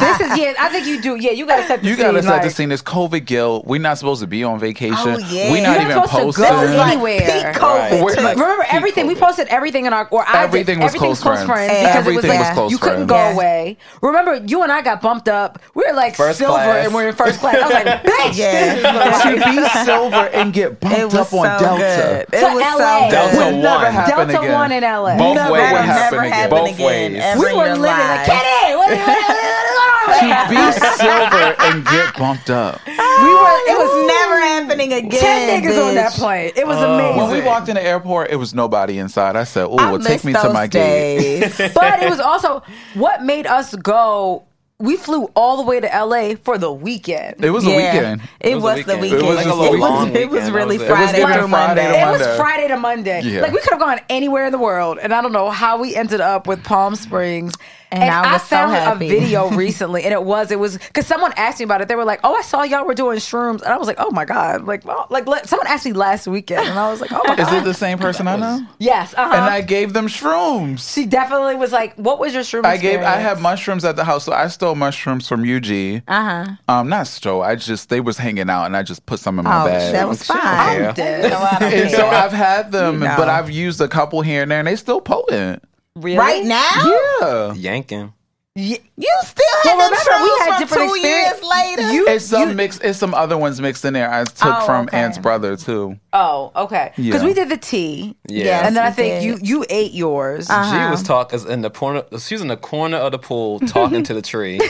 Speaker 2: *laughs* This is yeah, I think you do. Yeah, you gotta set the
Speaker 4: You
Speaker 2: scene.
Speaker 4: gotta set the
Speaker 2: like-
Speaker 4: scene. This COVID guilt. We're not supposed to be on vacation.
Speaker 3: Oh, yeah.
Speaker 4: We're not
Speaker 2: You're
Speaker 4: even
Speaker 2: not supposed to
Speaker 4: posting.
Speaker 2: go
Speaker 3: This is like
Speaker 2: Anywhere.
Speaker 3: peak COVID.
Speaker 4: We're
Speaker 3: too.
Speaker 4: like-
Speaker 2: Remember
Speaker 4: peak
Speaker 2: everything we
Speaker 4: COVID.
Speaker 2: posted everything in our or I
Speaker 4: Everything
Speaker 2: did,
Speaker 4: was
Speaker 2: everything
Speaker 4: close
Speaker 2: was close
Speaker 4: friends.
Speaker 2: friends because
Speaker 4: Everything
Speaker 2: it was,
Speaker 4: was
Speaker 2: like,
Speaker 4: close
Speaker 2: you couldn't
Speaker 4: friends.
Speaker 2: go
Speaker 3: Yeah.
Speaker 2: away. Remember you and I got bumped up. We were like
Speaker 5: First
Speaker 2: silver
Speaker 5: class.
Speaker 2: and we are in first class. I was
Speaker 4: *laughs*
Speaker 2: like, bitch,
Speaker 3: Yeah.
Speaker 2: this is the life.
Speaker 4: to be silver and get bumped
Speaker 3: It was
Speaker 4: up on
Speaker 3: so
Speaker 4: Delta.
Speaker 3: good. It
Speaker 2: To
Speaker 3: was
Speaker 2: LA.
Speaker 3: so
Speaker 5: Delta
Speaker 3: good.
Speaker 4: Will never
Speaker 5: one.
Speaker 4: happen
Speaker 2: Delta
Speaker 4: again.
Speaker 2: one in LA.
Speaker 4: Both
Speaker 3: Never,
Speaker 4: ways
Speaker 3: never
Speaker 4: will happen again.
Speaker 3: happen
Speaker 5: Both
Speaker 3: again.
Speaker 5: ways.
Speaker 3: ever
Speaker 2: We
Speaker 3: in
Speaker 2: were
Speaker 3: your
Speaker 2: living like
Speaker 3: life.
Speaker 2: Kenny. What, what,
Speaker 3: *laughs*
Speaker 2: what, what, what,
Speaker 4: To be silver and get bumped up.
Speaker 2: we were.
Speaker 3: It was never happening again.
Speaker 2: ten niggas on that
Speaker 3: bitch.
Speaker 2: plane. It was
Speaker 4: When we *laughs*
Speaker 2: amazing.
Speaker 4: walked in the airport, it was nobody inside. I said, "Oh,
Speaker 3: I
Speaker 4: well, take
Speaker 3: miss
Speaker 4: me to
Speaker 3: those
Speaker 4: my gate."
Speaker 3: days.
Speaker 2: but it was also what made us go. We flew all the way to LA for the weekend.
Speaker 4: It was a weekend.
Speaker 3: It, was,
Speaker 5: a
Speaker 3: the
Speaker 5: weekend.
Speaker 3: weekend.
Speaker 4: It was
Speaker 3: It
Speaker 4: just a
Speaker 3: was, it
Speaker 4: long
Speaker 3: was,
Speaker 5: weekend.
Speaker 3: really
Speaker 5: That was it. It was
Speaker 3: Friday
Speaker 4: literally
Speaker 3: through
Speaker 4: Friday to
Speaker 3: Monday.
Speaker 2: It
Speaker 4: Monday.
Speaker 2: was Friday to Monday.
Speaker 4: Yeah.
Speaker 2: Like we could have gone anywhere in the world, and I don't know how we ended up with Palm Springs.
Speaker 3: And I was so
Speaker 2: found
Speaker 3: happy. *laughs*
Speaker 2: a video recently, and it was it was because someone asked me about it. They were like, "Oh, I saw y'all were doing shrooms," and I was like, "Oh my god!" Like, well, like let, someone asked me last weekend, and I was like, "Oh my
Speaker 4: *laughs* Is
Speaker 2: god!"
Speaker 4: it the same person I know?
Speaker 2: yes, uh
Speaker 4: And
Speaker 2: huh.
Speaker 4: I gave them shrooms.
Speaker 2: She definitely was like, "What was your shroom?"
Speaker 4: I gave. I
Speaker 2: experience?"
Speaker 4: had mushrooms at the house, so I stole mushrooms from UG.
Speaker 3: Uh huh.
Speaker 4: Um, not stole. I just they was hanging out, and I just put some in my
Speaker 3: Oh,
Speaker 4: bag.
Speaker 3: that was fine.
Speaker 5: Yeah.
Speaker 2: Dead.
Speaker 3: *laughs*
Speaker 4: and so I've had them,
Speaker 3: You know.
Speaker 4: but I've used a couple here and there, and they still potent.
Speaker 2: Really?
Speaker 3: Right now,
Speaker 4: Yeah,
Speaker 5: yanking.
Speaker 2: Ye-
Speaker 3: you still had
Speaker 2: Well,
Speaker 3: them
Speaker 2: remember, we
Speaker 3: shrooms
Speaker 2: had
Speaker 3: from
Speaker 2: different
Speaker 3: two
Speaker 2: experience-
Speaker 3: years later.
Speaker 2: You-
Speaker 4: it's some mix. It's some other ones mixed in there. I took
Speaker 3: Oh,
Speaker 4: from
Speaker 3: okay.
Speaker 4: Ant's brother too.
Speaker 2: Oh, okay. Because
Speaker 4: Yeah.
Speaker 2: we did the tea,
Speaker 5: Yeah.
Speaker 3: Yes.
Speaker 2: and then I
Speaker 3: we did.
Speaker 2: think you you ate yours.
Speaker 5: She was talking in the corner. She was in the corner of the pool talking
Speaker 4: *laughs*
Speaker 5: to the tree.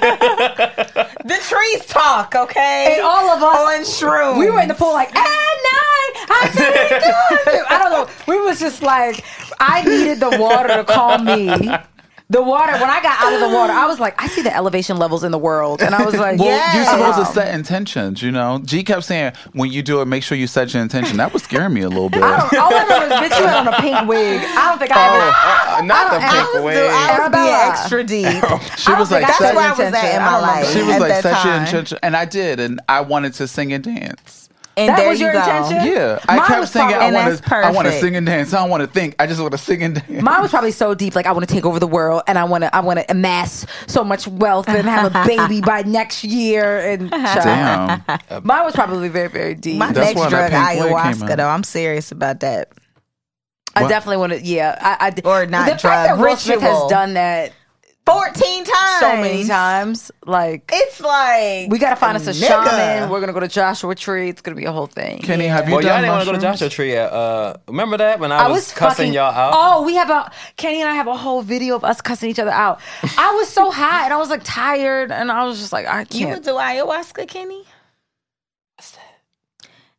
Speaker 3: the trees talk, okay?
Speaker 2: And all of us-
Speaker 3: on shrooms.
Speaker 2: We were in the pool like, and I, I didn't do
Speaker 3: *laughs*
Speaker 2: it. I don't know. We was just like, I needed the water to calm me. The water. When I got out of the water, I was like, I see the elevation levels in the world, and I was like,
Speaker 4: Well,
Speaker 3: Yes.
Speaker 4: you're supposed
Speaker 2: Wow.
Speaker 4: to set intentions. You know, G kept saying when you do it, make sure you set your intention. That was scaring me a little bit.
Speaker 2: I don't. All I remember was bitch you had on a pink wig. I don't think I
Speaker 3: Oh.
Speaker 2: ever.
Speaker 5: Uh, Not the
Speaker 2: *laughs* I
Speaker 3: I
Speaker 5: pink
Speaker 3: was,
Speaker 5: wig.
Speaker 3: do, I was being
Speaker 2: Arabella.
Speaker 3: extra deep.
Speaker 4: *laughs* She
Speaker 2: think I
Speaker 4: was like, set
Speaker 3: That's
Speaker 2: said
Speaker 4: your
Speaker 3: where I was at in
Speaker 2: intention. I
Speaker 3: my
Speaker 2: don't
Speaker 3: life.
Speaker 2: remember.
Speaker 4: She was
Speaker 3: at
Speaker 4: like,
Speaker 3: that
Speaker 4: set your
Speaker 3: time.
Speaker 4: intention. And I did. And I wanted to sing and dance.
Speaker 3: And
Speaker 2: That
Speaker 3: there
Speaker 2: was your
Speaker 3: you go.
Speaker 2: intention?
Speaker 4: Yeah. I
Speaker 2: Mine
Speaker 4: kept
Speaker 2: was
Speaker 4: singing.
Speaker 2: probably-
Speaker 4: I
Speaker 3: And
Speaker 4: want
Speaker 3: that's
Speaker 4: to I want to
Speaker 3: perfect.
Speaker 4: sing and dance. I don't want to think. I just want to sing and dance.
Speaker 2: Mine was probably so deep, like I want to take over the world, and I want to, I want to amass so much wealth and
Speaker 3: *laughs*
Speaker 2: have a baby by next year. And child.
Speaker 4: Damn.
Speaker 2: mine was probably very, very deep.
Speaker 3: My
Speaker 4: That's why
Speaker 3: next drug,
Speaker 4: that pink wig came
Speaker 3: ayahuasca,
Speaker 4: out.
Speaker 3: though. I'm serious about that.
Speaker 2: I
Speaker 4: What?
Speaker 2: definitely want to. Yeah, I, I
Speaker 3: Or not
Speaker 2: The fact that
Speaker 3: drug,
Speaker 2: Will Smith has
Speaker 3: ritual.
Speaker 2: done that
Speaker 3: 14 times.
Speaker 2: so many times, like
Speaker 3: It's like.
Speaker 2: we gotta find us a
Speaker 3: nigga.
Speaker 2: shaman. We're gonna go to Joshua Tree. It's gonna be a whole thing.
Speaker 4: Kenny, have you
Speaker 5: Well, y'all
Speaker 4: done
Speaker 5: didn't want to go to
Speaker 4: mushrooms?
Speaker 5: Joshua Tree. At, uh, remember that when I, was, cussing
Speaker 2: fucking-
Speaker 5: y'all out?
Speaker 2: Oh, we have a Kenny and I have a whole video of us cussing each
Speaker 5: *laughs*
Speaker 2: other out. I was so high and I was like tired and I was just like I
Speaker 3: You would
Speaker 2: can't.
Speaker 3: do ayahuasca, Kenny? What's that?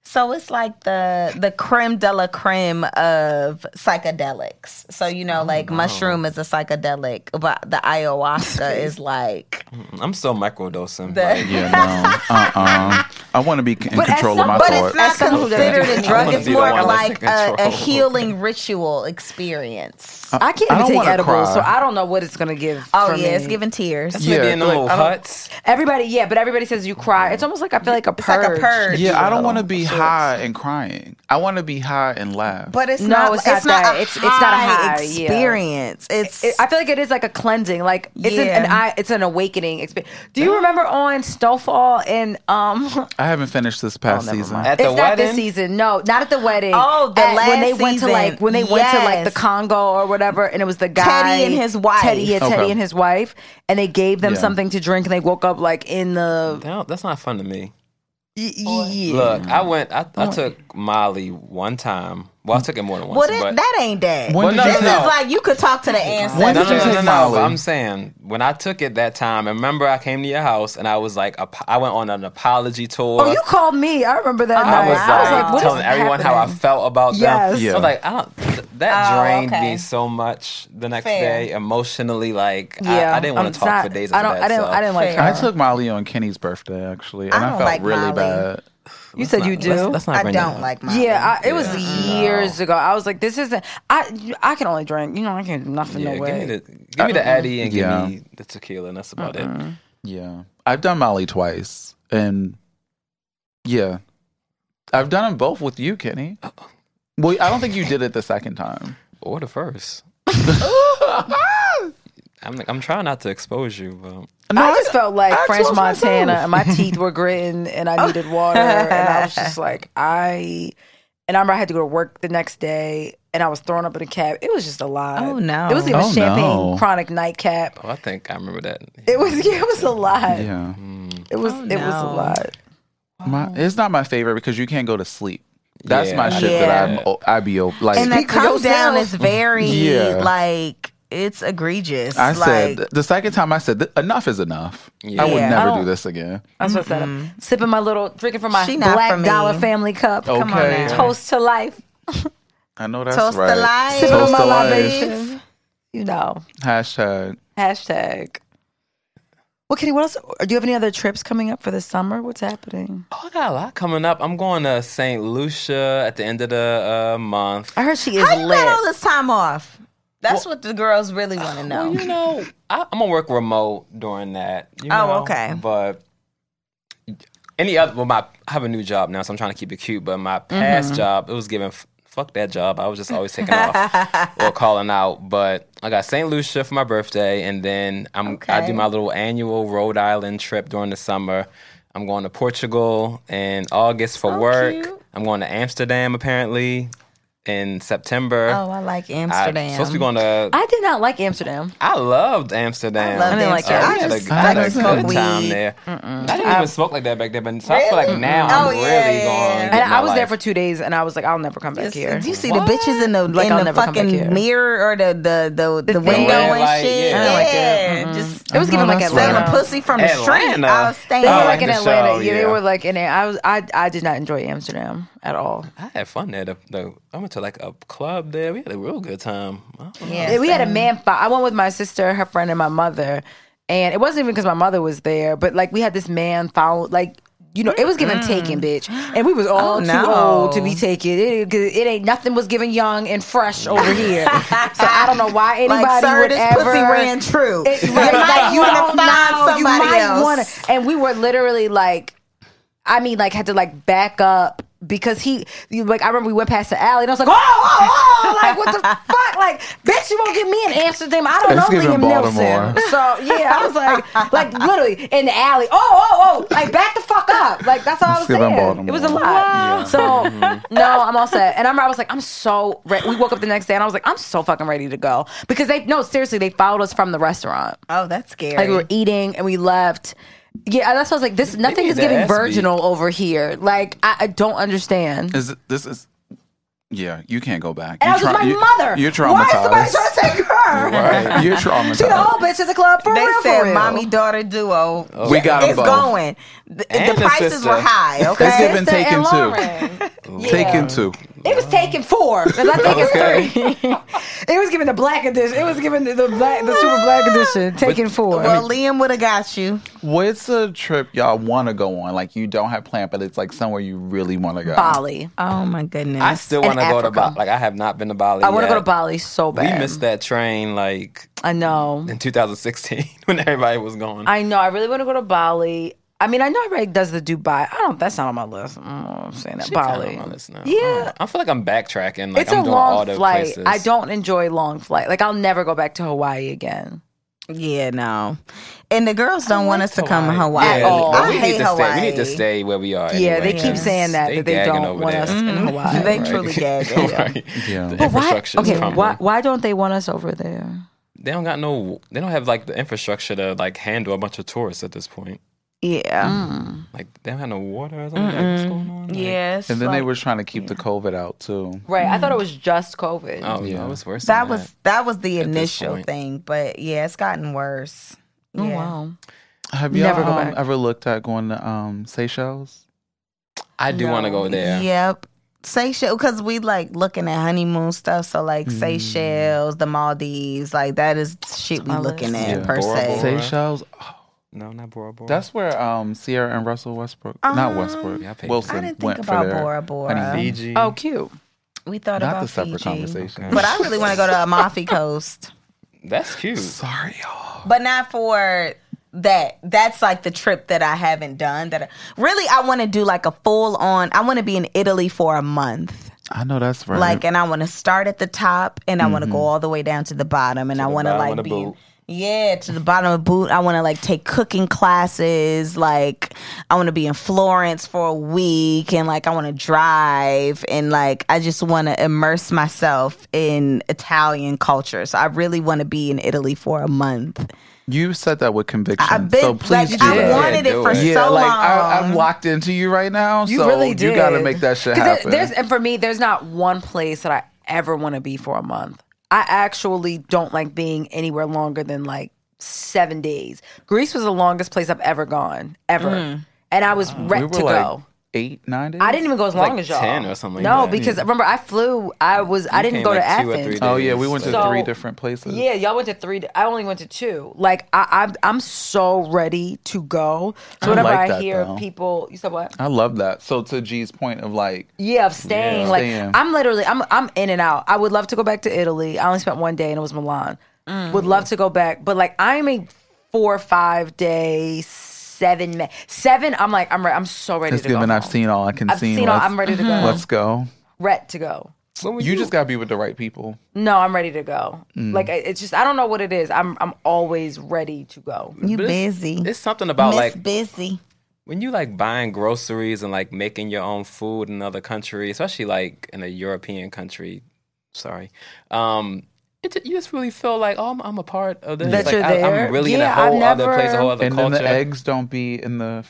Speaker 3: So it's like the the creme de la creme of psychedelics. So you
Speaker 4: Mm,
Speaker 3: know, like mushroom is a psychedelic, but the
Speaker 4: *laughs*
Speaker 3: ayahuasca is like.
Speaker 4: Mm,
Speaker 5: I'm still microdosing.
Speaker 3: The-
Speaker 5: like,
Speaker 4: Yeah, no. Uh-uh. I want to be in
Speaker 2: But as
Speaker 4: control of
Speaker 2: some-
Speaker 4: my
Speaker 3: But
Speaker 4: thoughts.
Speaker 3: it's not
Speaker 2: someone who doesn't
Speaker 5: *laughs*
Speaker 3: considered a
Speaker 2: drink, I
Speaker 3: drug.
Speaker 5: wanna
Speaker 3: It's
Speaker 5: be the
Speaker 3: more
Speaker 5: one that's
Speaker 3: like
Speaker 5: in
Speaker 3: a, a
Speaker 5: control.
Speaker 3: healing ritual experience.
Speaker 2: I can't
Speaker 4: I
Speaker 2: even
Speaker 4: don't
Speaker 2: take
Speaker 4: wanna
Speaker 2: edibles,
Speaker 4: cry.
Speaker 2: so I don't know what it's gonna give.
Speaker 3: oh
Speaker 2: Uh, for
Speaker 3: yeah, it's
Speaker 2: me.
Speaker 3: giving tears.
Speaker 5: yeah,
Speaker 4: Yeah,
Speaker 5: in the
Speaker 4: like,
Speaker 5: little
Speaker 4: I don't-
Speaker 5: huts.
Speaker 2: everybody. Yeah, but everybody says you cry. It's almost like I feel like a
Speaker 3: It's
Speaker 2: purge.
Speaker 3: like a purge.
Speaker 4: yeah, I don't want to be high and crying. I want to be high and laugh.
Speaker 3: But it's
Speaker 2: No,
Speaker 3: not.
Speaker 2: it's not that.
Speaker 3: a
Speaker 2: It's- it's not a high, yeah.
Speaker 3: experience. It's.
Speaker 2: It, I feel like it is like a cleansing, like it's an,
Speaker 3: Yeah.
Speaker 2: an eye, it's an awakening experience. Do you remember on Snowfall and um
Speaker 4: I haven't finished this past season.
Speaker 5: Oh, At
Speaker 2: It's
Speaker 5: the
Speaker 2: not
Speaker 5: wedding,
Speaker 2: this season. No, not at the wedding.
Speaker 3: Oh, the
Speaker 2: At-
Speaker 3: last
Speaker 2: when they went to like
Speaker 3: season.
Speaker 2: when they went to like
Speaker 3: Yes.
Speaker 2: the Congo or whatever, and it was the guy
Speaker 3: Teddy and his wife.
Speaker 2: Teddy, yeah, Teddy
Speaker 4: Okay.
Speaker 2: and his wife, and they gave them
Speaker 4: Yeah.
Speaker 2: something to drink, and they woke up like in the
Speaker 5: No, that's not fun to me.
Speaker 2: y- y- yeah.
Speaker 5: Look, I went. I, I took Molly one time. Well, I took it more than once.
Speaker 3: Well, that,
Speaker 5: but
Speaker 3: that ain't that.
Speaker 4: When
Speaker 5: Well,
Speaker 4: did
Speaker 5: no,
Speaker 4: you
Speaker 3: this
Speaker 5: no, no.
Speaker 3: is like you could talk to the
Speaker 4: When
Speaker 3: ancestors.
Speaker 5: no,
Speaker 4: did
Speaker 5: no,
Speaker 4: you
Speaker 5: no,
Speaker 4: take
Speaker 5: no, no,
Speaker 4: Molly?
Speaker 5: I'm saying when I took it that time. and Remember, I came to your house and I was like, ap- I went on an apology tour.
Speaker 2: Oh, you called me. I remember
Speaker 3: Oh,
Speaker 2: that
Speaker 5: I
Speaker 2: night.
Speaker 5: was
Speaker 2: I was
Speaker 5: like,
Speaker 2: like, what is
Speaker 5: telling everyone how I
Speaker 2: happening?
Speaker 5: felt about
Speaker 2: Yes.
Speaker 5: them.
Speaker 4: Yeah.
Speaker 5: I was like, I don't. th- that
Speaker 3: Oh,
Speaker 5: drained
Speaker 3: okay.
Speaker 5: me so much the next
Speaker 3: Fair.
Speaker 5: day emotionally. Like,
Speaker 2: Yeah,
Speaker 5: I, I didn't want
Speaker 2: I'm
Speaker 5: to talk
Speaker 2: not-
Speaker 5: for days.
Speaker 2: I
Speaker 5: after
Speaker 2: don't.
Speaker 5: That,
Speaker 2: I didn't.
Speaker 5: so.
Speaker 2: I didn't like.
Speaker 3: Fair.
Speaker 2: Her.
Speaker 4: I took Molly on Kenny's birthday actually, and
Speaker 3: I
Speaker 4: I,
Speaker 3: don't
Speaker 4: felt
Speaker 3: like
Speaker 4: really
Speaker 3: Molly.
Speaker 4: bad.
Speaker 2: You said you do.
Speaker 5: Let's, let's not
Speaker 3: I
Speaker 5: bring that
Speaker 3: don't
Speaker 5: up.
Speaker 3: like Molly.
Speaker 2: Yeah, I, it was
Speaker 5: Yeah.
Speaker 2: years ago. I was like, this isn't. I I can only drink. You know, I can do nothing.
Speaker 5: Yeah,
Speaker 2: no
Speaker 5: give me
Speaker 2: way. Uh-uh.
Speaker 5: the give me the Addy and
Speaker 4: Yeah.
Speaker 5: give me the tequila, and that's about it.
Speaker 4: Yeah, I've done Molly twice, and yeah, I've done them both with you, Kenny. Well, I don't think you did it the second time.
Speaker 5: Or the
Speaker 4: *laughs*
Speaker 5: first. I'm I'm trying not to expose you, but
Speaker 2: I just felt like
Speaker 4: I
Speaker 2: French
Speaker 4: exposed
Speaker 2: Montana,
Speaker 4: myself.
Speaker 2: and my teeth were gritting, and I needed water, and I
Speaker 3: *laughs*
Speaker 2: was just like, I. And I remember I had to go to work the next day, and I was thrown up in a cab. It was just a lot.
Speaker 3: Oh, no.
Speaker 2: It was even
Speaker 4: Oh,
Speaker 2: a champagne
Speaker 4: no.
Speaker 2: chronic nightcap.
Speaker 5: oh, I think I remember that. Mm.
Speaker 2: It was *laughs* yeah, it was a lot.
Speaker 4: Yeah,
Speaker 2: It was it was a
Speaker 3: Oh, no.
Speaker 2: lot.
Speaker 4: my, it's not my favorite because you can't go to sleep. That's
Speaker 5: Yeah.
Speaker 4: my shit that I'm.
Speaker 5: Yeah.
Speaker 4: o- I be o- like.
Speaker 3: and that
Speaker 2: for
Speaker 3: come down
Speaker 2: yourself.
Speaker 3: is very
Speaker 4: Yeah.
Speaker 3: like it's egregious.
Speaker 4: I
Speaker 3: like,
Speaker 4: said the second time. I said "Th- enough is enough. I would
Speaker 3: Yeah.
Speaker 4: never
Speaker 2: I don't-
Speaker 4: do this again.
Speaker 2: That's what I said. I'm sipping my little drinking from my
Speaker 3: She not for
Speaker 2: black
Speaker 3: me.
Speaker 2: dollar family cup.
Speaker 4: Okay,
Speaker 3: on now.
Speaker 2: Toast to life.
Speaker 4: I know that's
Speaker 3: toast the
Speaker 4: right.
Speaker 3: life.
Speaker 2: Sipping on
Speaker 4: Toast
Speaker 2: my
Speaker 4: to life.
Speaker 2: libation. You know.
Speaker 4: Hashtag.
Speaker 2: Hashtag. Well, Kenny, what else? Do you have any other trips coming up for the summer? What's happening?
Speaker 5: Oh, I got a lot coming up. I'm going to St. Lucia at the end of the uh, month.
Speaker 2: I heard she is
Speaker 3: How you got all
Speaker 2: lit.
Speaker 3: this time off? That's what the girls really want to know.
Speaker 5: Well, you know, I, I'm gonna work remote during that. you
Speaker 3: Oh,
Speaker 5: know,
Speaker 3: okay.
Speaker 5: But any other, well, my I have a new job now, so I'm trying to keep it cute. But
Speaker 3: Mm-hmm.
Speaker 5: my past job, it was giving f- fuck that job. I was just always taking
Speaker 3: *laughs*
Speaker 5: off or calling out. But I got St. Lucia for my birthday, and then I'm I
Speaker 3: Okay.
Speaker 5: do my little annual Rhode Island trip during the summer. I'm going to Portugal in August for work.
Speaker 3: Oh, cute.
Speaker 5: I'm going to Amsterdam apparently in September.
Speaker 3: oh, I like
Speaker 5: I'm
Speaker 3: Amsterdam.
Speaker 5: supposed to be going to
Speaker 2: I did not like Amsterdam.
Speaker 5: I loved Amsterdam.
Speaker 3: I loved
Speaker 2: didn't like
Speaker 5: I had a,
Speaker 3: I just
Speaker 2: Amsterdam.
Speaker 5: I had
Speaker 3: like
Speaker 5: a
Speaker 3: to smoke
Speaker 5: good time
Speaker 3: weed.
Speaker 5: there. I didn't even smoke like that back then, but so I feel like now
Speaker 3: Oh,
Speaker 5: I'm
Speaker 3: yeah,
Speaker 5: really
Speaker 3: yeah,
Speaker 5: going.
Speaker 3: yeah.
Speaker 5: to
Speaker 2: And
Speaker 5: get my
Speaker 2: I was there
Speaker 5: life.
Speaker 2: for two days, and I was like, I'll never come back here.
Speaker 3: Do you see the bitches in the
Speaker 2: Like,
Speaker 3: in
Speaker 2: I'll
Speaker 3: the
Speaker 2: never come back here.
Speaker 3: fucking mirror or the the the, the, window
Speaker 5: red
Speaker 3: and
Speaker 5: light,
Speaker 3: shit?
Speaker 5: yeah. I don't
Speaker 2: like that.
Speaker 3: Yeah, just
Speaker 2: It was given like
Speaker 3: selling
Speaker 2: Atlanta.
Speaker 3: pussy from the street.
Speaker 5: Atlanta.
Speaker 3: I was
Speaker 2: They
Speaker 3: staying.
Speaker 5: Oh, like
Speaker 2: were like in
Speaker 5: the show,
Speaker 2: Atlanta. yeah. they
Speaker 5: yeah.
Speaker 2: were like in. I was. I. I did not enjoy Amsterdam at all.
Speaker 5: I had fun there. The, the, I went to like a club there. We had a real good time. I don't know.
Speaker 3: Yeah,
Speaker 2: we had a man fight. I went with my sister, her friend, and my mother. And it wasn't even because my mother was there, but like we had this man follow, like you know, it was given taken, bitch. And we was all
Speaker 3: Mm. Oh,
Speaker 2: too
Speaker 3: no.
Speaker 2: old to be taken. It, 'cause it ain't nothing was given young and fresh
Speaker 3: *laughs*
Speaker 2: over here. so I don't know why anybody
Speaker 3: like, sir,
Speaker 2: would
Speaker 3: this
Speaker 2: ever.
Speaker 3: pussy ran true.
Speaker 2: *laughs* It-
Speaker 3: you
Speaker 2: right,
Speaker 3: might
Speaker 2: like, you
Speaker 3: want
Speaker 2: don't
Speaker 3: to find
Speaker 2: know, you
Speaker 3: somebody
Speaker 2: might
Speaker 3: else.
Speaker 2: wanna- and we were literally like, I mean, like had to like back up because he, you, like I remember we went past the alley and I was like, oh, oh, oh, like what the *laughs* fuck, like bitch, you won't get me in Amsterdam. I don't know
Speaker 4: It's giving
Speaker 2: Liam
Speaker 4: Baltimore.
Speaker 2: Nelson. So yeah, I was like, like literally in the alley. Oh, oh, oh, like back the fuck up. Like that's all I
Speaker 4: It's
Speaker 2: was
Speaker 4: giving
Speaker 2: saying. It was a
Speaker 4: Baltimore. Mm-hmm.
Speaker 2: lot. So no, I'm all set. And I remember I was like, I'm so ready. We woke up the next day and I was like, I'm so fucking ready to go because they no seriously they followed us from the restaurant.
Speaker 3: Oh, that's scary.
Speaker 2: Like we were eating and we left. Yeah, that's what I was like. This nothing
Speaker 5: need
Speaker 2: is
Speaker 5: the
Speaker 2: giving
Speaker 5: ass
Speaker 2: virginal over here. Like I, I don't understand.
Speaker 4: Is it, this is? Yeah, you can't go back.
Speaker 2: And I was with my mother.
Speaker 4: You're traumatized.
Speaker 2: Why is somebody trying to take her?
Speaker 4: Right. *laughs* You're traumatized.
Speaker 2: She the whole bitch at the club for
Speaker 3: they
Speaker 2: real. for
Speaker 3: said
Speaker 2: real.
Speaker 3: mommy daughter duo.
Speaker 4: We got 'em
Speaker 3: it's
Speaker 4: both.
Speaker 3: going. The,
Speaker 5: Oh, And
Speaker 3: the
Speaker 5: the
Speaker 3: prices
Speaker 5: sister.
Speaker 3: were high.
Speaker 4: It's
Speaker 3: Okay,
Speaker 4: given
Speaker 2: Sister and
Speaker 4: taken
Speaker 2: *laughs*
Speaker 4: two.
Speaker 2: Lauren.
Speaker 4: Taken two.
Speaker 2: It was taken four because I think it's three. *laughs* it was given the black edition. It was given the black, the super black edition. Taken four.
Speaker 3: well, Liam would have got you.
Speaker 4: What's a trip y'all want to go on? Like you don't have planned, but it's like somewhere you really want to go.
Speaker 2: Bali.
Speaker 3: Oh my goodness.
Speaker 5: I still
Speaker 2: In
Speaker 5: want to go to
Speaker 2: Africa.
Speaker 5: Bali. Like I have not been to Bali.
Speaker 2: I want to
Speaker 5: yet.
Speaker 2: go to Bali so
Speaker 5: We
Speaker 2: bad.
Speaker 5: missed that train like
Speaker 2: I know.
Speaker 5: in 2016 *laughs* when everybody was going.
Speaker 2: I know. I really want to go to Bali. I mean, I know everybody does the Dubai. I don't. That's not on my list. Mm, I'm saying that Bali.
Speaker 5: On this now.
Speaker 2: Yeah.
Speaker 5: Oh, I feel like I'm backtracking. Like
Speaker 2: it's
Speaker 5: I'm
Speaker 2: a
Speaker 5: doing all
Speaker 2: long
Speaker 5: the
Speaker 2: flight.
Speaker 5: places.
Speaker 2: I don't enjoy long flight. Like I'll never go back to Hawaii again.
Speaker 3: Yeah, no. And the girls don't want us to come to Hawaii.
Speaker 5: Yeah,
Speaker 3: at all.
Speaker 5: but
Speaker 3: I
Speaker 5: we
Speaker 3: hate
Speaker 5: need to
Speaker 3: Hawaii.
Speaker 5: stay. We need to stay where we are.
Speaker 2: Yeah,
Speaker 5: anyway,
Speaker 2: they keep
Speaker 5: 'cause
Speaker 2: saying that, that they
Speaker 5: gagging
Speaker 2: don't
Speaker 5: over
Speaker 2: want
Speaker 5: there.
Speaker 2: us in
Speaker 3: Mm-hmm.
Speaker 2: Hawaii.
Speaker 3: They truly gagging.
Speaker 5: *laughs* right.
Speaker 4: Yeah.
Speaker 5: The
Speaker 4: But
Speaker 2: why,
Speaker 5: infrastructure.
Speaker 2: okay, why, why don't they want us over there?
Speaker 5: They don't got no. They don't have like the infrastructure to like handle a bunch of tourists at this point.
Speaker 3: Yeah.
Speaker 5: Like they don't have no water or something. Like, what's going on? Like,
Speaker 3: Yes.
Speaker 4: And then they were trying to keep the COVID out too.
Speaker 2: Right. I thought it was just COVID.
Speaker 5: Oh yeah, it was worse.
Speaker 3: that
Speaker 5: than
Speaker 3: was that was the
Speaker 5: this
Speaker 3: initial
Speaker 5: point.
Speaker 3: thing, but yeah, it's gotten worse. Yeah.
Speaker 2: Oh, wow.
Speaker 4: Have y'all
Speaker 2: Never go
Speaker 4: um,
Speaker 2: back.
Speaker 4: ever looked at going to um, Seychelles?
Speaker 5: I do want to go there.
Speaker 3: Yep. Seychelles, because we like looking at honeymoon stuff. So like Seychelles, the Maldives, like that is shit we
Speaker 2: my
Speaker 3: looking
Speaker 2: list.
Speaker 3: at
Speaker 5: Yeah.
Speaker 3: per
Speaker 5: Bora
Speaker 3: se.
Speaker 5: Bora.
Speaker 4: Seychelles.
Speaker 5: No, not Bora Bora.
Speaker 4: That's where um, Sierra and Russell Westbrook, not Westbrook,
Speaker 5: Yeah, I paid-
Speaker 4: Wilson
Speaker 3: Uh-huh. I didn't think
Speaker 4: went
Speaker 3: about
Speaker 4: for their
Speaker 3: Bora Bora.
Speaker 4: honeymoon.
Speaker 5: Fiji.
Speaker 2: Oh, cute.
Speaker 3: We thought
Speaker 4: Not
Speaker 3: about
Speaker 4: the separate
Speaker 3: Fiji.
Speaker 4: conversation.
Speaker 3: But I really want to go to Amalfi Coast,
Speaker 5: that's cute.
Speaker 4: Sorry, y'all.
Speaker 3: but not for that. That's like the trip that I haven't done. That I, really I want to do like a full on. I want to be in Italy for a month.
Speaker 4: I know that's right.
Speaker 3: Like, and I want to start at the top, and I want to go all the way down to the bottom, and I
Speaker 5: Mm-hmm. the
Speaker 3: want to
Speaker 5: bottom
Speaker 3: like
Speaker 5: of the
Speaker 3: be.
Speaker 5: boot.
Speaker 3: Yeah, to the bottom of the boot. I want to like take cooking classes. Like, I want to be in Florence for a week, and like I want to drive, and like I just want to immerse myself in Italian culture. So I really want to be in Italy for a month.
Speaker 4: you said that with conviction.
Speaker 3: I've been
Speaker 4: so please
Speaker 3: like
Speaker 4: do
Speaker 3: I
Speaker 4: that.
Speaker 3: wanted it
Speaker 5: Do
Speaker 3: for
Speaker 5: it.
Speaker 4: yeah,
Speaker 3: so
Speaker 4: like
Speaker 3: long.
Speaker 4: I, I'm locked into you right now.
Speaker 2: You
Speaker 4: so
Speaker 2: really did.
Speaker 4: You got to make that shit
Speaker 2: 'Cause there-
Speaker 4: happen.
Speaker 2: there's, and for me, there's not one place that I ever want to be for a month. I actually don't like being anywhere longer than like seven days. Greece was the longest place I've ever gone, ever. And I was
Speaker 4: we
Speaker 2: ready
Speaker 4: were
Speaker 2: to
Speaker 4: like
Speaker 2: go.
Speaker 4: eight, nine days.
Speaker 2: I didn't even go as long
Speaker 5: like
Speaker 2: as y'all.
Speaker 5: 10 or something like
Speaker 2: No,
Speaker 5: that.
Speaker 2: because remember I flew. I was. I didn't
Speaker 5: came,
Speaker 2: go to
Speaker 5: like, two or
Speaker 2: Athens.
Speaker 5: three days.
Speaker 4: Oh yeah, we went to
Speaker 2: So-
Speaker 4: three different places.
Speaker 2: Yeah, y'all went to three. I only went to two. Like I, I'm, I'm so ready to go. So
Speaker 4: I
Speaker 2: whenever
Speaker 4: like
Speaker 2: I
Speaker 4: that,
Speaker 2: hear
Speaker 4: though.
Speaker 2: people, you said what?
Speaker 4: I love that. So to G's point of like,
Speaker 2: Yeah, of staying.
Speaker 5: Yeah.
Speaker 2: Like
Speaker 4: Staying.
Speaker 2: I'm literally, I'm, I'm in and out. I would love to go back to Italy. I only spent one day, and it was Milan. Would love to go back, but like I'm a four, five day, seven, ma- seven. I'm like I'm, re- I'm so ready
Speaker 4: it's
Speaker 2: to go.
Speaker 4: given I've
Speaker 2: home.
Speaker 4: seen all I can
Speaker 2: I've
Speaker 4: see.
Speaker 2: seen all.
Speaker 4: Let's-
Speaker 2: I'm ready to go.
Speaker 4: Let's go.
Speaker 2: Ret to go.
Speaker 4: You just gotta be with the right people.
Speaker 2: No, I'm ready to go. Like I- it's just I don't know what it is. I'm I'm always ready to go.
Speaker 3: you
Speaker 5: But it's-
Speaker 3: busy,
Speaker 5: It's something about
Speaker 3: Miss
Speaker 5: like
Speaker 3: busy.
Speaker 5: when you like buying groceries and like making your own food in another country, especially like in a European country, sorry, um, it, ju- you just really feel like oh, I'm, I'm a part of this.
Speaker 2: That
Speaker 5: like,
Speaker 2: you're
Speaker 5: I,
Speaker 2: there?
Speaker 5: I'm really in a
Speaker 2: Yeah, I've
Speaker 5: whole other place, a whole other
Speaker 4: and
Speaker 5: culture.
Speaker 4: then the eggs don't be in the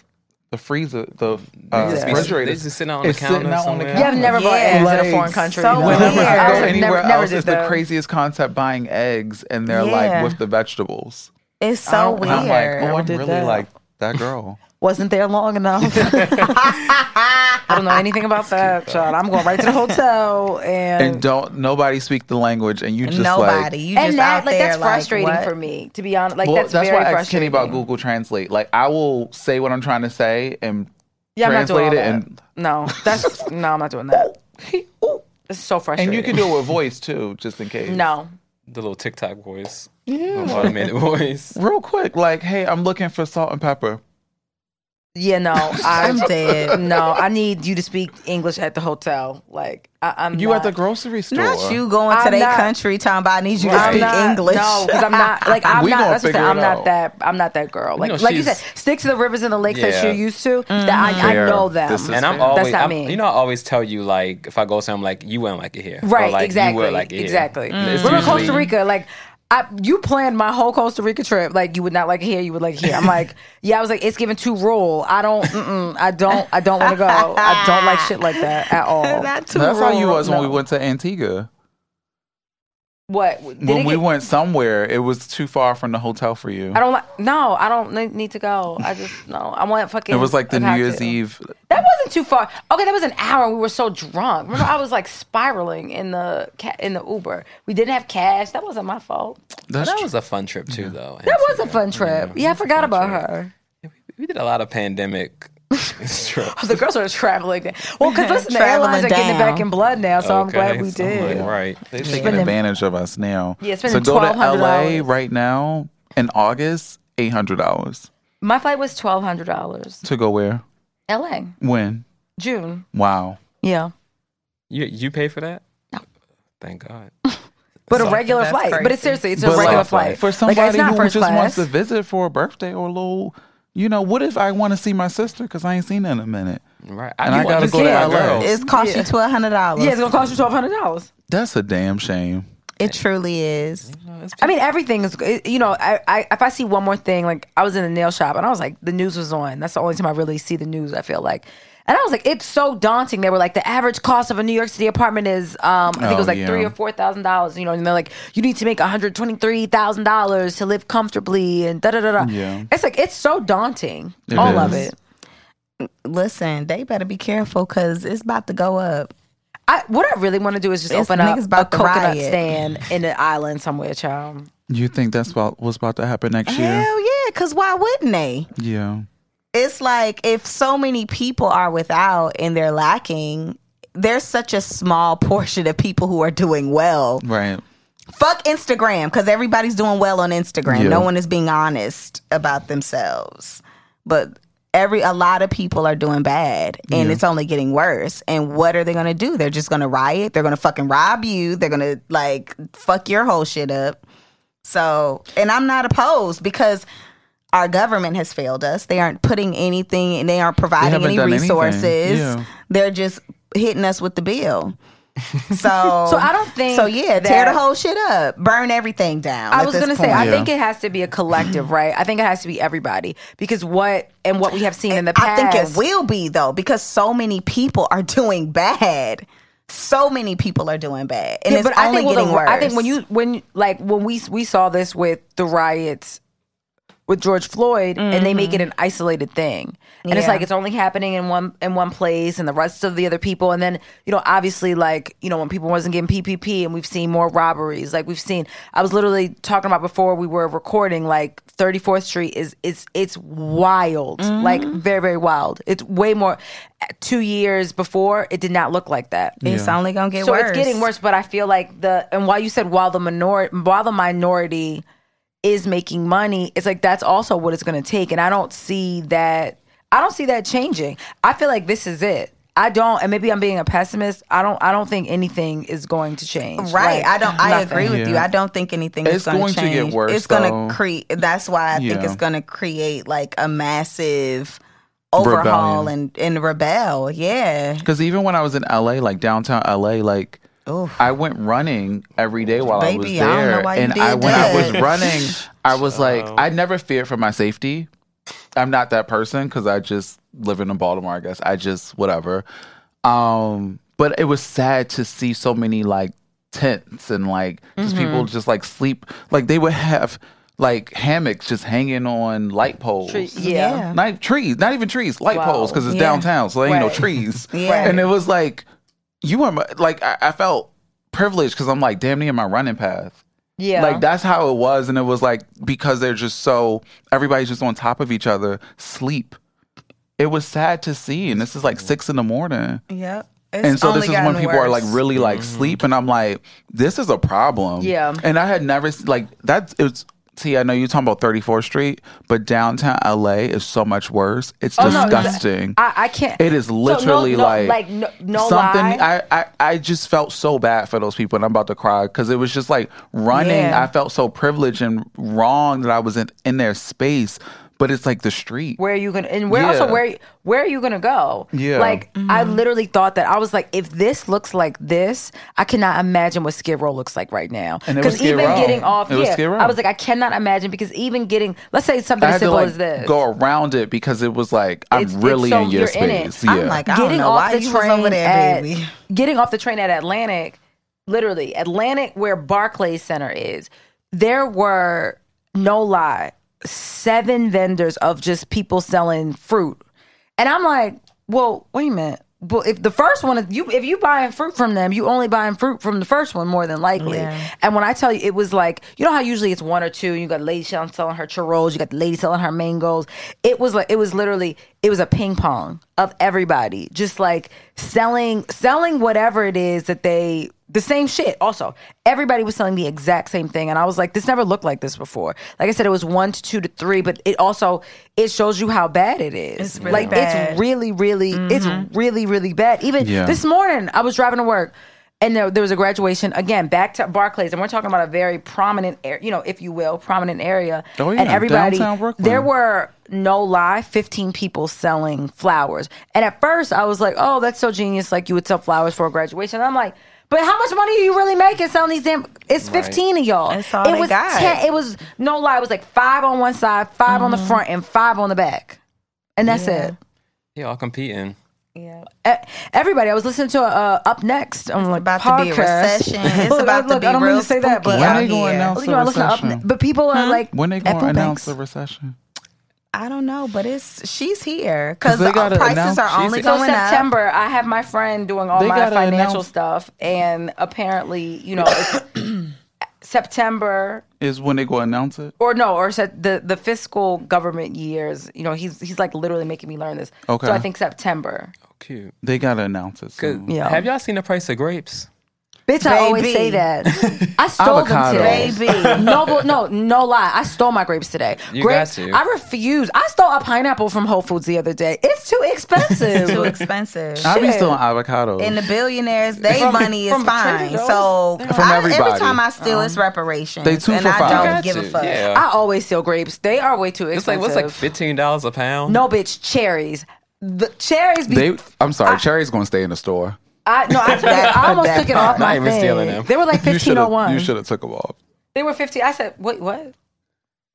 Speaker 4: the freezer, the uh,
Speaker 5: They just be-
Speaker 4: refrigerator.
Speaker 5: they just sitting out on the
Speaker 4: It's sitting
Speaker 5: counter
Speaker 4: out on the
Speaker 5: somewhere.
Speaker 4: counter.
Speaker 2: Yeah, I've never bought
Speaker 3: Yeah.
Speaker 2: eggs in a
Speaker 4: Like,
Speaker 2: foreign country.
Speaker 3: so
Speaker 2: no. *laughs*
Speaker 3: weird.
Speaker 4: Whenever
Speaker 3: Yeah.
Speaker 4: I go
Speaker 3: Never-
Speaker 4: anywhere
Speaker 2: never
Speaker 4: else,
Speaker 2: did
Speaker 4: it's the
Speaker 2: that.
Speaker 4: craziest concept buying eggs, and they're
Speaker 3: Yeah.
Speaker 4: like with the vegetables.
Speaker 3: It's so
Speaker 4: And
Speaker 3: weird.
Speaker 4: I'm like, oh, I'm
Speaker 2: did
Speaker 4: really
Speaker 2: that.
Speaker 4: like that girl.
Speaker 2: Wasn't there long enough. *laughs* I don't know anything about that, child. I'm going right to the hotel and.
Speaker 4: and don't nobody speak the language, and you just
Speaker 3: Nobody.
Speaker 4: like.
Speaker 3: you just
Speaker 2: and that
Speaker 3: out
Speaker 2: like
Speaker 3: there,
Speaker 2: that's frustrating
Speaker 3: what?
Speaker 2: for me to be honest. Like
Speaker 4: Well,
Speaker 2: that's,
Speaker 4: that's,
Speaker 2: very
Speaker 4: why I asked
Speaker 2: frustrating.
Speaker 4: Kenny about Google Translate. Like, I will say what I'm trying to say and
Speaker 2: yeah, I'm not doing all
Speaker 4: translate it,
Speaker 2: that.
Speaker 4: and
Speaker 2: no, that's no, I'm not doing that. It's so
Speaker 4: and
Speaker 2: frustrating.
Speaker 4: you can do it with voice too, just in case.
Speaker 2: no.
Speaker 5: the little TikTok voice,
Speaker 4: *laughs*
Speaker 5: automated voice.
Speaker 4: real quick, like, hey, I'm looking for salt and pepper.
Speaker 2: Yeah, no,
Speaker 3: I'm
Speaker 2: I
Speaker 3: dead.
Speaker 2: no, I need you to speak English at the hotel. Like I, I'm
Speaker 4: You
Speaker 2: not,
Speaker 4: at the grocery store.
Speaker 3: *laughs* Not you going to
Speaker 2: I'm
Speaker 3: their
Speaker 2: not-
Speaker 3: country talking about I need you to
Speaker 2: I'm
Speaker 3: speak
Speaker 2: not-
Speaker 3: English.
Speaker 2: No, because
Speaker 3: *laughs*
Speaker 2: I'm not like I'm
Speaker 4: *laughs* We
Speaker 2: not.
Speaker 4: gonna
Speaker 2: That's what I'm,
Speaker 4: figure
Speaker 2: saying, I'm
Speaker 4: it
Speaker 2: not
Speaker 4: out.
Speaker 2: that. I'm not that girl. Like
Speaker 5: know,
Speaker 2: like you said,
Speaker 5: she's-
Speaker 2: stick to the rivers and the lakes that
Speaker 5: Yeah.
Speaker 2: you're used to. That I, I
Speaker 4: Mm-hmm. Fair.
Speaker 2: know them.
Speaker 4: This is
Speaker 5: And I'm
Speaker 4: That's
Speaker 5: always,
Speaker 2: not
Speaker 5: I'm-
Speaker 2: me.
Speaker 5: you know, I always tell you like if I go somewhere, I'm like you wouldn't like it here, Or,
Speaker 2: right,
Speaker 5: like,
Speaker 2: exactly,
Speaker 5: you would like it here.
Speaker 2: exactly.
Speaker 4: Mm.
Speaker 5: It's
Speaker 2: We're in
Speaker 5: usually-
Speaker 2: Mm. Costa Rica, like. I, you planned my whole Costa Rica trip. Like you would not like it here. You would like it here. I'm like, *laughs* yeah. I was like, it's given too rural. I don't. Mm-mm, I don't. I don't want to go. I don't like shit like that at all.
Speaker 3: Not too
Speaker 4: That's how you was when
Speaker 2: No.
Speaker 4: we went to Antigua.
Speaker 2: what? Did it
Speaker 4: when we
Speaker 2: get-
Speaker 4: went somewhere, it was too far from the hotel for you.
Speaker 2: I don't like. No, I don't ne- need to go. I just no. I want fucking.
Speaker 4: It was like the
Speaker 2: a
Speaker 4: New Year's
Speaker 2: cocktail.
Speaker 4: Eve.
Speaker 2: That wasn't too far. Okay, that was an hour. and We were so drunk. Remember, I was like spiraling in the ca- in the Uber. We didn't have cash. That wasn't my fault.
Speaker 4: That's
Speaker 5: That
Speaker 4: true.
Speaker 5: was a fun trip too, though.
Speaker 2: That was a fun trip. Yeah, I forgot about her.
Speaker 5: We did a lot of pandemic *laughs* trips.
Speaker 2: The girls are traveling. Well, because listen, the
Speaker 3: Traveling
Speaker 2: airlines are getting it
Speaker 3: down.
Speaker 2: back in blood now, so I'm glad we
Speaker 5: so I'm
Speaker 2: did.
Speaker 5: like, right.
Speaker 4: They're taking advantage of us now.
Speaker 2: Yeah,
Speaker 4: so
Speaker 2: spending
Speaker 4: go to LA
Speaker 2: $1,200.
Speaker 4: right now in August, eight hundred dollars
Speaker 2: My flight was twelve hundred dollars.
Speaker 4: to go where
Speaker 2: L.A.
Speaker 4: when.
Speaker 2: June.
Speaker 4: Wow.
Speaker 2: Yeah.
Speaker 5: You you pay for that? Thank God.
Speaker 2: But a regular
Speaker 3: That's
Speaker 2: flight. But
Speaker 3: crazy.
Speaker 2: it's seriously, it's a
Speaker 4: But,
Speaker 2: regular
Speaker 4: like,
Speaker 2: flight.
Speaker 4: for
Speaker 2: Like, it's
Speaker 4: somebody
Speaker 2: not
Speaker 4: who
Speaker 2: first
Speaker 4: just wants
Speaker 2: class.
Speaker 4: to visit for a birthday or a little, you know, what if I want to see my sister because I ain't seen her in a minute?
Speaker 5: Right.
Speaker 4: And I
Speaker 5: you want
Speaker 4: gotta
Speaker 5: to
Speaker 4: go
Speaker 5: see
Speaker 4: to
Speaker 5: my
Speaker 4: LA.
Speaker 5: girls.
Speaker 3: It's cost you twelve hundred dollars.
Speaker 2: Yeah, it's gonna cost you twelve hundred dollars.
Speaker 4: That's a damn shame.
Speaker 3: It truly is.
Speaker 2: I mean, everything is. it- You know, I, I if I see one more thing, like I was in the nail shop and I was like, the news was on. That's the only time I really see the news. I feel like, and I was like, it's so daunting. They were like, the average cost of a New York City apartment is, um, I think it
Speaker 4: Oh,
Speaker 2: was like
Speaker 4: yeah.
Speaker 2: three or four thousand dollars. You know, and they're like, you need to make one hundred twenty three thousand dollars to live comfortably and da da da da.
Speaker 4: Yeah.
Speaker 2: It's like it's so daunting.
Speaker 4: It
Speaker 2: all of
Speaker 4: is.
Speaker 2: it.
Speaker 3: Listen, they better be careful because it's about to go up.
Speaker 2: I, what I really want to do is just
Speaker 3: It's-
Speaker 2: open up
Speaker 3: niggas
Speaker 2: a
Speaker 3: about to
Speaker 2: coconut
Speaker 3: riot.
Speaker 2: stand in an island somewhere, child.
Speaker 4: You think that's about what's about to happen next year?
Speaker 3: Hell yeah, because why wouldn't they?
Speaker 4: Yeah.
Speaker 3: It's like if so many people are without and they're lacking, there's such a small *laughs* portion of people who are doing well.
Speaker 4: Right.
Speaker 3: Fuck Instagram because everybody's doing well on Instagram.
Speaker 4: Yeah.
Speaker 3: No one is being honest about themselves. But every a lot of people are doing bad and it's only getting worse. And what are they going to do? They're just going to riot. They're going to fucking rob you. They're going to like fuck your whole shit up. So, and I'm not opposed because our government has failed us. They aren't putting anything and they aren't providing
Speaker 4: haven't
Speaker 3: any
Speaker 4: done anything.
Speaker 3: resources.
Speaker 4: Yeah.
Speaker 3: They're just hitting us with the
Speaker 4: *laughs*
Speaker 3: bill. So,
Speaker 2: So I don't think
Speaker 3: so yeah, tear
Speaker 2: that-
Speaker 3: the whole shit Oh, up, burn everything down.
Speaker 2: I
Speaker 3: at
Speaker 2: was
Speaker 3: this
Speaker 2: gonna say,
Speaker 3: point.
Speaker 2: I
Speaker 4: Yeah.
Speaker 2: think it has to be a collective, right? I think it has to be everybody because what and what we have
Speaker 3: *clears throat*
Speaker 2: seen in the past.
Speaker 3: I think it will be though because so many people are doing bad. So many people are doing bad, and
Speaker 2: Yeah,
Speaker 3: it's only
Speaker 2: well, the-
Speaker 3: getting worse.
Speaker 2: I think when you when like when we we saw this with the riots with George Floyd, and they make it an isolated thing, and it's
Speaker 3: Mm-hmm. Yeah.
Speaker 2: like it's only happening in one in one place, and the rest of the other people, and then you know obviously like you know when people wasn't getting PPP, and we've seen more robberies, like we've seen. I was literally talking about before we were recording, like 34th Street is it's it's wild, like
Speaker 3: Mm-hmm.
Speaker 2: very very wild. It's way more. Two years before, it did not look like that
Speaker 3: it's only gonna get
Speaker 2: so
Speaker 3: worse.
Speaker 2: it's getting worse but i feel like the and while you said while the minor while the minority is making money it's like that's also what it's going to take and i don't see that i don't see that changing i feel like this is it i don't and maybe i'm being a pessimist i don't i don't think anything is going to change
Speaker 3: Right,
Speaker 2: Like,
Speaker 3: I don't. I agree
Speaker 2: nothing.
Speaker 3: with you.
Speaker 4: Yeah.
Speaker 3: I don't think anything is
Speaker 4: It's
Speaker 3: going
Speaker 4: going
Speaker 3: to
Speaker 4: to get
Speaker 3: change.
Speaker 4: worse,
Speaker 3: It's going
Speaker 4: though.
Speaker 3: to create. That's why I think
Speaker 4: Yeah.
Speaker 3: it's going to create like a massive overhaul
Speaker 4: Rebellion.
Speaker 3: and and rebel. Yeah,
Speaker 4: Because even when I was in LA, like downtown LA, like
Speaker 3: Oof.
Speaker 4: I went running every day while I was
Speaker 3: Baby, I
Speaker 4: there,
Speaker 3: don't know why you
Speaker 4: and
Speaker 3: did
Speaker 4: I when I was
Speaker 3: that.
Speaker 4: running, I was like, I never feared for my safety. I'm not that person because I just live in Baltimore. I guess I just whatever. Um, but it was sad to see so many like tents and like just people
Speaker 3: Mm-hmm.
Speaker 4: just like sleep. Like they would have like hammocks just hanging on light poles
Speaker 2: yeah.
Speaker 3: Yeah.
Speaker 4: not trees, not even trees, light
Speaker 2: Wow.
Speaker 4: poles because it's
Speaker 3: Yeah.
Speaker 4: downtown, so there ain't
Speaker 2: Right.
Speaker 4: no trees.
Speaker 3: *laughs* Yeah.
Speaker 4: And it was like, you are my, like, I, I felt privileged because I'm like, damn near my running path.
Speaker 2: yeah
Speaker 4: Like that's how it was, and it was like because they're just so everybody's just on top of each other. Sleep. It was sad to see, and this is like six in the morning,
Speaker 3: yep.
Speaker 4: and so this is when people are like really like sleep, and I'm like, this is a problem.
Speaker 2: Yeah.
Speaker 4: and I had never s- like that's it's. See, I know you're talking about 34th Street, but downtown LA is so much worse. It's
Speaker 2: Oh, no,
Speaker 4: disgusting.
Speaker 2: I, I can't
Speaker 4: It is
Speaker 2: So no-
Speaker 4: literally
Speaker 2: no-
Speaker 4: like,
Speaker 2: like no, no
Speaker 4: something.
Speaker 2: lie.
Speaker 4: I, I I just felt so bad for those people, and I'm about to cry because it was just like running.
Speaker 3: Yeah.
Speaker 4: I felt so privileged and wrong that I was in, in their space, but it's like the street.
Speaker 2: where are you gonna and where
Speaker 4: Yeah.
Speaker 2: also where where are you gonna go
Speaker 4: Yeah.
Speaker 2: like i
Speaker 3: Mm-hmm.
Speaker 2: literally thought that i was like if this looks like this i cannot imagine what skid row looks like right now
Speaker 4: And it was
Speaker 2: because
Speaker 4: Skid
Speaker 2: even
Speaker 4: Row.
Speaker 2: getting off
Speaker 4: It was
Speaker 2: yeah
Speaker 4: Skid Row.
Speaker 2: i was like i cannot imagine because even getting let's say something as
Speaker 4: I had to
Speaker 2: simple
Speaker 4: like
Speaker 2: as this
Speaker 4: go around it because it was like I'm
Speaker 2: It's- it's
Speaker 4: really
Speaker 2: so-
Speaker 4: in your
Speaker 2: you're in it.
Speaker 4: space. yeah.
Speaker 3: I'm like, I don't know why you was over there,
Speaker 2: at,
Speaker 3: baby.
Speaker 2: getting off the train at Atlantic, literally Atlantic where Barclays Center is. There were no lie seven vendors of just people selling fruit, and I'm like, well, wait a minute. Well, if the first one is you, if you buying fruit from them, you only buying fruit from the first one more than likely. And when I tell you, it was like you know how usually it's one or two. You got a lady selling selling her churros, you got the lady selling her mangoes. It was like it was literally it was a ping pong of everybody just like selling selling whatever it is that they the same shit also everybody was selling the exact same thing and i was like this never looked like this before like i said it was one to two to three but it also it shows you how bad it is
Speaker 3: It's really
Speaker 2: like
Speaker 3: bad. Mm-hmm.
Speaker 2: it's really really it's really really bad even
Speaker 4: Yeah.
Speaker 2: this morning i was driving to work And there, there was a graduation again back to Barclays, and we're talking about a very prominent, air, you know, if you will, prominent area.
Speaker 4: Oh,
Speaker 2: and
Speaker 4: yeah,
Speaker 2: everybody,
Speaker 4: downtown Brooklyn.
Speaker 2: there were no lie, fifteen people selling flowers. And at first, I was like, "Oh, that's so genius! Like you would sell flowers for a graduation." And I'm like, "But how much money are you really making selling these damn? It's fifteen of y'all.
Speaker 3: That's all
Speaker 2: it
Speaker 3: they
Speaker 2: was
Speaker 3: got.
Speaker 2: ten. It was no lie. It was like five on one side, 5 on the
Speaker 3: Mm-hmm.
Speaker 2: front, and five on the back, and that's it."
Speaker 5: They all competing.
Speaker 3: Yeah.
Speaker 2: E- Everybody, I was listening to uh, Up Next. I'm like,
Speaker 3: about to be a
Speaker 2: podcast. *laughs*
Speaker 3: recession. It's *laughs*
Speaker 2: Look,
Speaker 3: about to
Speaker 2: look,
Speaker 3: be
Speaker 2: I don't mean
Speaker 3: real
Speaker 2: to say that, but
Speaker 3: spooky
Speaker 4: When
Speaker 3: out
Speaker 4: they gonna
Speaker 3: here.
Speaker 4: announce
Speaker 2: you know, I listen to Up
Speaker 4: recession?
Speaker 2: Next, but people are like,
Speaker 4: When they
Speaker 2: at
Speaker 4: gonna
Speaker 2: food banks.
Speaker 4: announce the recession?
Speaker 3: I don't know, but it's she's here because
Speaker 4: 'Cause
Speaker 3: the
Speaker 4: they gotta
Speaker 3: prices
Speaker 4: announce-
Speaker 3: are
Speaker 4: she's-
Speaker 3: only
Speaker 2: so
Speaker 3: going *laughs* up.
Speaker 2: September, I have my friend doing all
Speaker 4: They
Speaker 2: my
Speaker 4: gotta
Speaker 2: financial
Speaker 4: announce-
Speaker 2: stuff, and apparently, you know, it's-
Speaker 5: *coughs*
Speaker 2: September
Speaker 4: Is when they gonna announce it?
Speaker 2: or no, or said the the fiscal government years. You know, he's he's like literally making me learn this.
Speaker 4: Okay.
Speaker 2: so I think September.
Speaker 5: Oh, cute.
Speaker 4: They gotta announce it.
Speaker 5: Good.
Speaker 4: Soon.
Speaker 2: Yeah.
Speaker 5: Have y'all seen the price of grapes?
Speaker 2: Bitch, I always
Speaker 3: Baby.
Speaker 2: say that. *laughs* I stole them
Speaker 4: Avocados.
Speaker 2: today.
Speaker 3: Baby.
Speaker 2: no, bu- no, no lie. I stole my grapes today.
Speaker 5: You
Speaker 2: grapes,
Speaker 5: got to.
Speaker 2: I refuse. I stole a pineapple from Whole Foods the other day. It's too *laughs* expensive.
Speaker 3: Too expensive.
Speaker 4: I be
Speaker 2: Shit.
Speaker 4: still on avocados.
Speaker 3: And the billionaires, their money is
Speaker 2: from
Speaker 3: fine.
Speaker 2: Trader Joe's?
Speaker 3: So
Speaker 4: From
Speaker 3: I, every
Speaker 4: everybody.
Speaker 3: time I steal, it's reparations.
Speaker 4: They two
Speaker 3: and
Speaker 4: for
Speaker 3: I
Speaker 4: five.
Speaker 3: don't
Speaker 5: Got
Speaker 3: give a
Speaker 5: to, *laughs*
Speaker 3: fuck.
Speaker 5: Yeah.
Speaker 2: I always steal grapes. They are way too expensive.
Speaker 5: It's like what's like fifteen dollars a pound?
Speaker 2: no, bitch, cherries. The cherries be.
Speaker 4: they, I'm sorry, Cherry's gonna stay in the store.
Speaker 2: I, no,
Speaker 4: *laughs*
Speaker 2: I, took it, I almost took it off
Speaker 5: Not
Speaker 2: my
Speaker 5: even
Speaker 2: thing.
Speaker 5: stealing them.
Speaker 2: They were like
Speaker 4: You
Speaker 2: fifteen
Speaker 4: shoulda-
Speaker 2: oh one.
Speaker 4: You should have took them off.
Speaker 2: They were fifteen. I said, wait,
Speaker 4: Mm.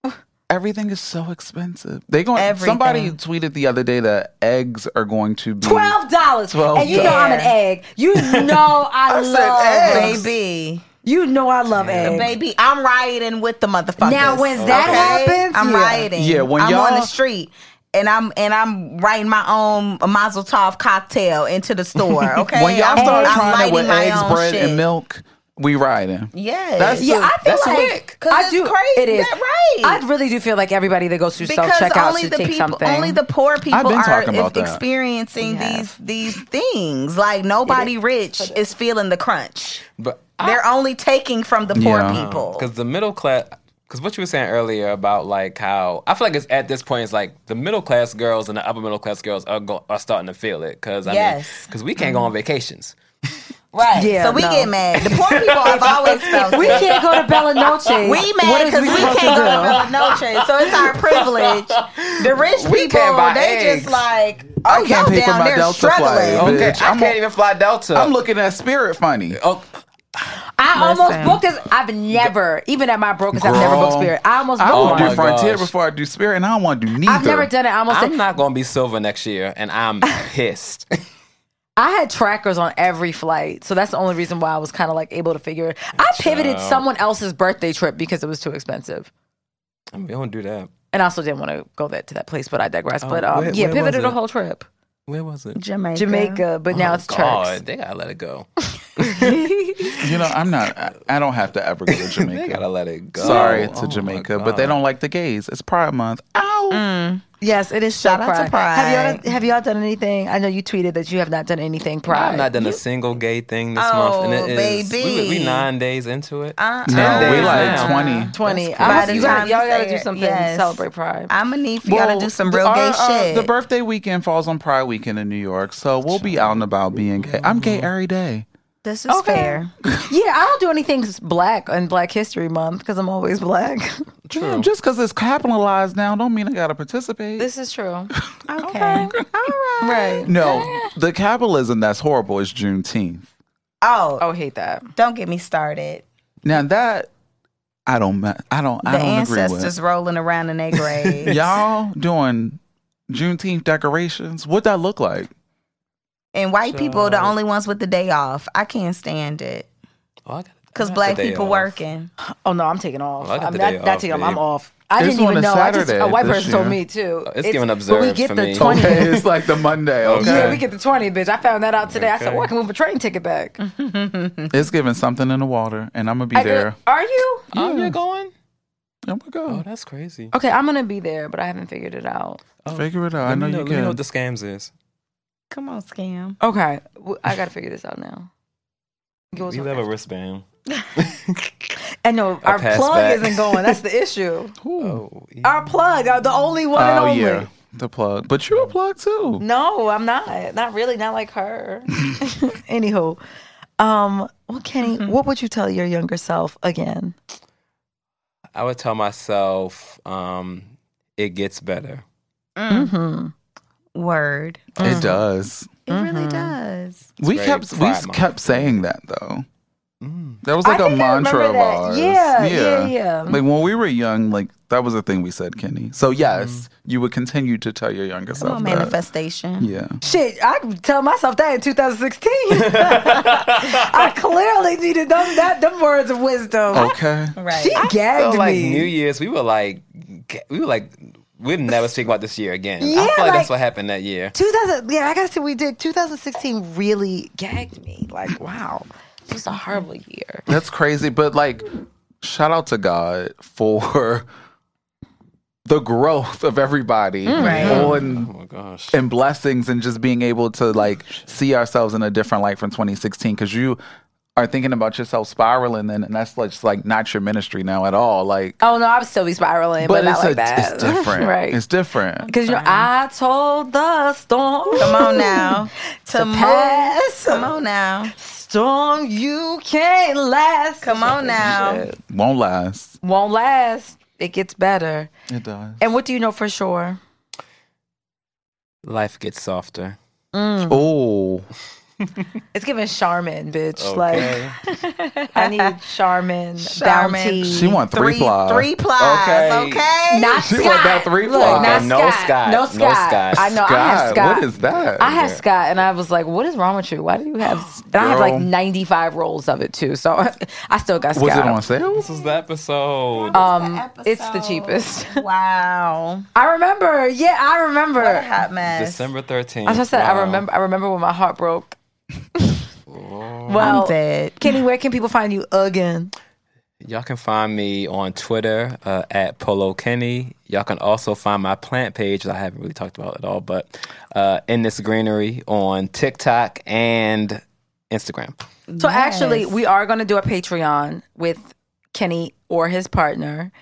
Speaker 2: what?
Speaker 4: Everything is so expensive. They going.
Speaker 3: Everything.
Speaker 4: Somebody tweeted the other day that eggs are going to be
Speaker 2: Twelve dollars.
Speaker 4: $12.
Speaker 2: And you know I'm an
Speaker 3: Yeah.
Speaker 2: egg. You
Speaker 4: *laughs*
Speaker 2: know I,
Speaker 4: I said
Speaker 2: love.
Speaker 4: eggs.
Speaker 3: Baby,
Speaker 2: You know I love eggs.
Speaker 3: baby, I'm rioting with the motherfuckers.
Speaker 2: Now, when that happens,
Speaker 3: I'm
Speaker 2: yeah.
Speaker 3: rioting.
Speaker 4: Yeah, when
Speaker 3: I'm
Speaker 4: y'all-
Speaker 3: on the street. And I'm and I'm writing my own Mazel Tov cocktail into the
Speaker 4: *laughs*
Speaker 3: store. Okay,
Speaker 4: When y'all
Speaker 3: I'm-
Speaker 4: start
Speaker 3: I'm
Speaker 4: trying
Speaker 3: lighting
Speaker 4: it with
Speaker 3: my
Speaker 4: eggs,
Speaker 3: own
Speaker 4: bread,
Speaker 3: shit.
Speaker 4: and milk, we riding.
Speaker 3: Yes,
Speaker 4: That's
Speaker 2: Yeah,
Speaker 4: So
Speaker 2: I feel
Speaker 4: that's
Speaker 2: like
Speaker 4: sick.
Speaker 3: 'Cause it's crazy.
Speaker 2: It is
Speaker 3: That right.
Speaker 2: I really do feel like everybody that goes through self
Speaker 3: because
Speaker 2: checkout
Speaker 3: only
Speaker 2: should
Speaker 3: the
Speaker 2: take
Speaker 3: people,
Speaker 2: something.
Speaker 3: only the poor people
Speaker 4: been
Speaker 3: are
Speaker 4: talking about
Speaker 3: e-
Speaker 4: that.
Speaker 3: experiencing
Speaker 2: Yeah.
Speaker 3: these these
Speaker 2: *laughs*
Speaker 3: things. Like nobody rich is feeling the crunch.
Speaker 5: But
Speaker 3: They're only taking from the poor
Speaker 4: Yeah.
Speaker 3: people.
Speaker 5: because the middle class because what you were saying earlier about like how i feel like it's at this point it's like the middle class girls and the upper middle class girls are, go, are starting to feel it because i
Speaker 3: Yes.
Speaker 5: mean because we can't go on vacations
Speaker 3: Right.
Speaker 2: Yeah,
Speaker 3: so we
Speaker 2: no.
Speaker 3: get mad. The poor people
Speaker 2: *laughs*
Speaker 3: have always felt *laughs*
Speaker 2: we
Speaker 3: it.
Speaker 2: can't go to Bella Noche.
Speaker 3: We mad because we,
Speaker 2: supposed
Speaker 3: can't go
Speaker 2: do?
Speaker 3: to Noche, so it's our privilege. The rich people,
Speaker 5: We can't buy
Speaker 3: they
Speaker 5: eggs.
Speaker 3: just like, oh,
Speaker 4: can't
Speaker 3: y'all
Speaker 4: pay for
Speaker 3: down
Speaker 4: my
Speaker 3: there
Speaker 4: Delta
Speaker 3: struggling.
Speaker 4: flight. Oh,
Speaker 5: okay
Speaker 4: Bitch,
Speaker 5: i
Speaker 4: I'm
Speaker 5: can't
Speaker 4: on-
Speaker 5: even fly delta
Speaker 4: I'm looking at Spirit funny.
Speaker 5: oh,
Speaker 2: I almost
Speaker 3: Listen.
Speaker 2: booked this. I've never, even at my brokest, I've never
Speaker 4: Girl,
Speaker 2: booked Spirit. I almost
Speaker 4: I
Speaker 2: booked
Speaker 4: will
Speaker 5: Oh
Speaker 4: do
Speaker 5: my
Speaker 2: one.
Speaker 4: Frontier
Speaker 5: gosh.
Speaker 4: before I do Spirit, and I don't want to do neither.
Speaker 2: I've never done it. I almost.
Speaker 5: i'm
Speaker 2: did.
Speaker 5: not gonna be silver next year and i'm pissed *laughs*
Speaker 2: I had trackers on every flight, so that's the only reason why I was kind of like able to figure it. I pivoted
Speaker 5: Child.
Speaker 2: someone else's birthday trip because it was too expensive.
Speaker 5: I mean, we don't do that
Speaker 2: And I also didn't want to go that to that place, but I digress.
Speaker 5: Oh,
Speaker 2: but um,
Speaker 5: where-
Speaker 2: yeah,
Speaker 5: where was
Speaker 2: pivoted the
Speaker 5: it?
Speaker 2: whole trip.
Speaker 5: where was it
Speaker 3: Jamaica.
Speaker 2: Jamaica, but now it's
Speaker 5: Oh, God,
Speaker 2: Turks.
Speaker 5: they gotta let it go.
Speaker 4: You know, I'm not. I, I don't have to ever go to
Speaker 5: *laughs* They
Speaker 4: Jamaica.
Speaker 5: gotta let it go.
Speaker 4: Sorry
Speaker 5: Oh
Speaker 4: to
Speaker 5: my
Speaker 4: Jamaica, but they
Speaker 5: God.
Speaker 4: don't like the gays. It's Pride Month. Ow.
Speaker 2: Yes, it is.
Speaker 3: Shout
Speaker 2: so
Speaker 3: out to
Speaker 2: Have
Speaker 3: Pride.
Speaker 2: y'all have y'all done anything? I know you tweeted that you have not done anything Pride.
Speaker 5: I've not done a single gay thing this month, and
Speaker 3: Oh,
Speaker 5: it is
Speaker 3: baby.
Speaker 5: We, we nine days into it.
Speaker 3: Uh,
Speaker 4: No,
Speaker 5: days
Speaker 4: we like
Speaker 5: now.
Speaker 4: twenty.
Speaker 2: twenty.
Speaker 3: That's
Speaker 2: I
Speaker 3: crazy.
Speaker 2: you gotta,
Speaker 3: By the
Speaker 2: y'all
Speaker 3: time
Speaker 2: gotta
Speaker 3: you
Speaker 2: do
Speaker 3: say
Speaker 2: something
Speaker 3: it,
Speaker 2: to
Speaker 3: yes.
Speaker 2: celebrate Pride.
Speaker 3: I'm gonna need for y'all to do some real
Speaker 4: our,
Speaker 3: gay
Speaker 4: uh,
Speaker 3: shit.
Speaker 4: The birthday weekend falls on Pride weekend in New York, so we'll be out and about being gay. I'm gay every day.
Speaker 3: this is fair.
Speaker 2: yeah, I don't do anything s- black on Black History Month because I'm always black.
Speaker 4: Damn, just because it's capitalized now, don't mean I gotta participate.
Speaker 2: this is *laughs* true.
Speaker 3: Okay. All right.
Speaker 2: Right.
Speaker 4: no, the capitalism that's horrible is Juneteenth.
Speaker 3: Oh,
Speaker 2: I would hate that.
Speaker 3: don't get me started.
Speaker 4: Now that I don't, ma- I don't,
Speaker 3: The
Speaker 4: I don't agree
Speaker 3: ancestors
Speaker 4: with
Speaker 3: rolling around
Speaker 4: *laughs*
Speaker 3: in their graves.
Speaker 4: y'all doing Juneteenth decorations. What that look like?
Speaker 3: And white people are the only ones with the day off. I can't stand it.
Speaker 5: Well, Oh, I got- I
Speaker 3: Because
Speaker 5: got
Speaker 3: black
Speaker 5: the day
Speaker 3: people
Speaker 5: off.
Speaker 3: working.
Speaker 2: Oh no, I'm taking off.
Speaker 5: Well, I got
Speaker 2: I'm
Speaker 5: the
Speaker 2: not,
Speaker 5: day
Speaker 2: not
Speaker 5: off,
Speaker 2: taking off. I'm
Speaker 5: babe.
Speaker 2: off. I
Speaker 4: It's
Speaker 2: didn't
Speaker 4: on
Speaker 2: even
Speaker 4: a
Speaker 2: know. I just,
Speaker 4: Saturday
Speaker 2: a white
Speaker 4: this
Speaker 2: person told
Speaker 4: year.
Speaker 2: me too.
Speaker 5: it's giving
Speaker 2: But we
Speaker 5: observed
Speaker 2: get
Speaker 5: for
Speaker 2: the
Speaker 5: me.
Speaker 2: twenty.
Speaker 4: Okay, it's like the Monday.
Speaker 2: *laughs*
Speaker 4: Okay,
Speaker 2: Yeah, we get the twenty, bitch. I found that out today. I said,
Speaker 5: Okay.
Speaker 2: "Well, I can move a train ticket back."
Speaker 4: it's giving something in the water, and I'm gonna be
Speaker 2: I go,
Speaker 4: there.
Speaker 2: Are you?
Speaker 5: Oh, you're going?
Speaker 4: Oh my
Speaker 5: Oh,
Speaker 4: god,
Speaker 5: that's crazy.
Speaker 2: Okay, I'm gonna be there, but I haven't figured it out.
Speaker 5: Oh,
Speaker 4: figure it out.
Speaker 5: let
Speaker 4: I
Speaker 5: me
Speaker 4: know you
Speaker 5: Let me know what
Speaker 4: can.
Speaker 5: the scams is.
Speaker 3: Come on, scam.
Speaker 2: Okay, w- I gotta figure this out now. Give us
Speaker 5: You
Speaker 2: one
Speaker 5: have a
Speaker 2: after.
Speaker 5: wristband.
Speaker 3: *laughs*
Speaker 2: and no,
Speaker 5: a
Speaker 2: our
Speaker 5: pass
Speaker 2: plug
Speaker 5: back.
Speaker 2: isn't going. That's
Speaker 5: *laughs*
Speaker 2: the issue.
Speaker 5: Oh, yeah.
Speaker 2: Our plug, uh, the only one and
Speaker 4: Oh
Speaker 2: only.
Speaker 4: yeah, the plug. But you a plug too.
Speaker 2: *laughs* No, I'm not. Not really. Not like her. Anywho, um,
Speaker 3: Well, Kenny, what would you tell your younger self again?
Speaker 5: I would tell myself, um, it gets better.
Speaker 3: Word. Mm-hmm.
Speaker 4: It does.
Speaker 3: It really does.
Speaker 4: We
Speaker 5: very
Speaker 4: kept we
Speaker 5: Pride
Speaker 4: s-
Speaker 5: Month.
Speaker 4: kept saying that though.
Speaker 5: Mm.
Speaker 4: That was like
Speaker 2: I
Speaker 4: a
Speaker 2: think I remember
Speaker 4: mantra of
Speaker 2: that.
Speaker 4: ours.
Speaker 2: Yeah, yeah, yeah.
Speaker 4: Like when we were young, like that was a thing we said, Kenny. So yes, you would continue to tell your younger
Speaker 3: Come
Speaker 4: self
Speaker 3: on,
Speaker 4: that.
Speaker 3: manifestation.
Speaker 4: Yeah.
Speaker 2: Shit, I could tell myself that in 2016. *laughs* I clearly needed them, that, them words of wisdom. *laughs*
Speaker 4: Okay.
Speaker 3: Right.
Speaker 2: She
Speaker 5: So
Speaker 2: gagged
Speaker 5: like
Speaker 2: me.
Speaker 5: New Year's, we were like, g- we were like, we'd never speak about this year again. I
Speaker 2: Yeah,
Speaker 5: feel like,
Speaker 2: like-
Speaker 5: that's what happened that year.
Speaker 2: 2000, yeah, I gotta say, we did. 2016 really gagged me. Like, wow, it was a horrible year.
Speaker 4: That's crazy. But like, shout out to God for *laughs* the growth of everybody
Speaker 2: Mm,
Speaker 4: on
Speaker 5: Oh my gosh.
Speaker 4: and blessings and just being able to like see ourselves in a different light from 2016 because you are thinking about yourself spiraling then and that's like, just like not your ministry now at all like
Speaker 2: Oh no, I'm still be spiraling, but,
Speaker 4: but,
Speaker 2: not
Speaker 4: it's,
Speaker 2: like
Speaker 4: a,
Speaker 2: that.
Speaker 4: it's
Speaker 2: *laughs*
Speaker 4: different
Speaker 2: right?
Speaker 4: it's different
Speaker 2: Because you know, I told the storm.
Speaker 3: Come on now. *laughs* to move.
Speaker 2: pass.
Speaker 3: Come on now.
Speaker 2: storm, you can't last.
Speaker 3: Come on now.
Speaker 4: It won't last
Speaker 2: won't last. It gets better.
Speaker 4: it does
Speaker 2: And what do you know for sure?
Speaker 5: Life gets softer.
Speaker 4: oh
Speaker 2: It's giving Charmin, bitch.
Speaker 5: Okay.
Speaker 2: Like I *laughs* need
Speaker 3: Charmin.
Speaker 2: Charmin, bounty.
Speaker 4: she want three, ply
Speaker 3: Three plies. Okay.
Speaker 5: Okay.
Speaker 2: not
Speaker 4: she
Speaker 2: Scott.
Speaker 4: want that three
Speaker 2: Look,
Speaker 4: ply.
Speaker 2: not
Speaker 5: Okay, no
Speaker 2: Scott.
Speaker 5: Scott.
Speaker 2: No
Speaker 5: No
Speaker 2: Scott.
Speaker 5: Scott.
Speaker 2: I know. I have
Speaker 4: God,
Speaker 2: Scott.
Speaker 4: what is that
Speaker 2: I had Scott, and I was like, "What is wrong with you? Why do you have?" And I have like
Speaker 4: Girl.
Speaker 2: 95 rolls of it too, so *laughs* I still got Scott.
Speaker 4: was it on sale
Speaker 5: This is the episode.
Speaker 2: Um, it's the cheapest. *laughs*
Speaker 3: Wow.
Speaker 2: I remember. Yeah, I remember.
Speaker 3: What a hot mess.
Speaker 5: December 13th.
Speaker 2: As I said, I
Speaker 5: Wow.
Speaker 2: remember. I remember when my heart broke. well,
Speaker 3: I'm dead.
Speaker 2: Kenny, where can people find you again?
Speaker 5: Y'all can find me on Twitter uh, at Polo Kenny. Y'all can also find my plant page that I haven't really talked about at all, but uh, in this greenery on TikTok and Instagram.
Speaker 2: So actually, we are going to do a Patreon with Kenny or his partner.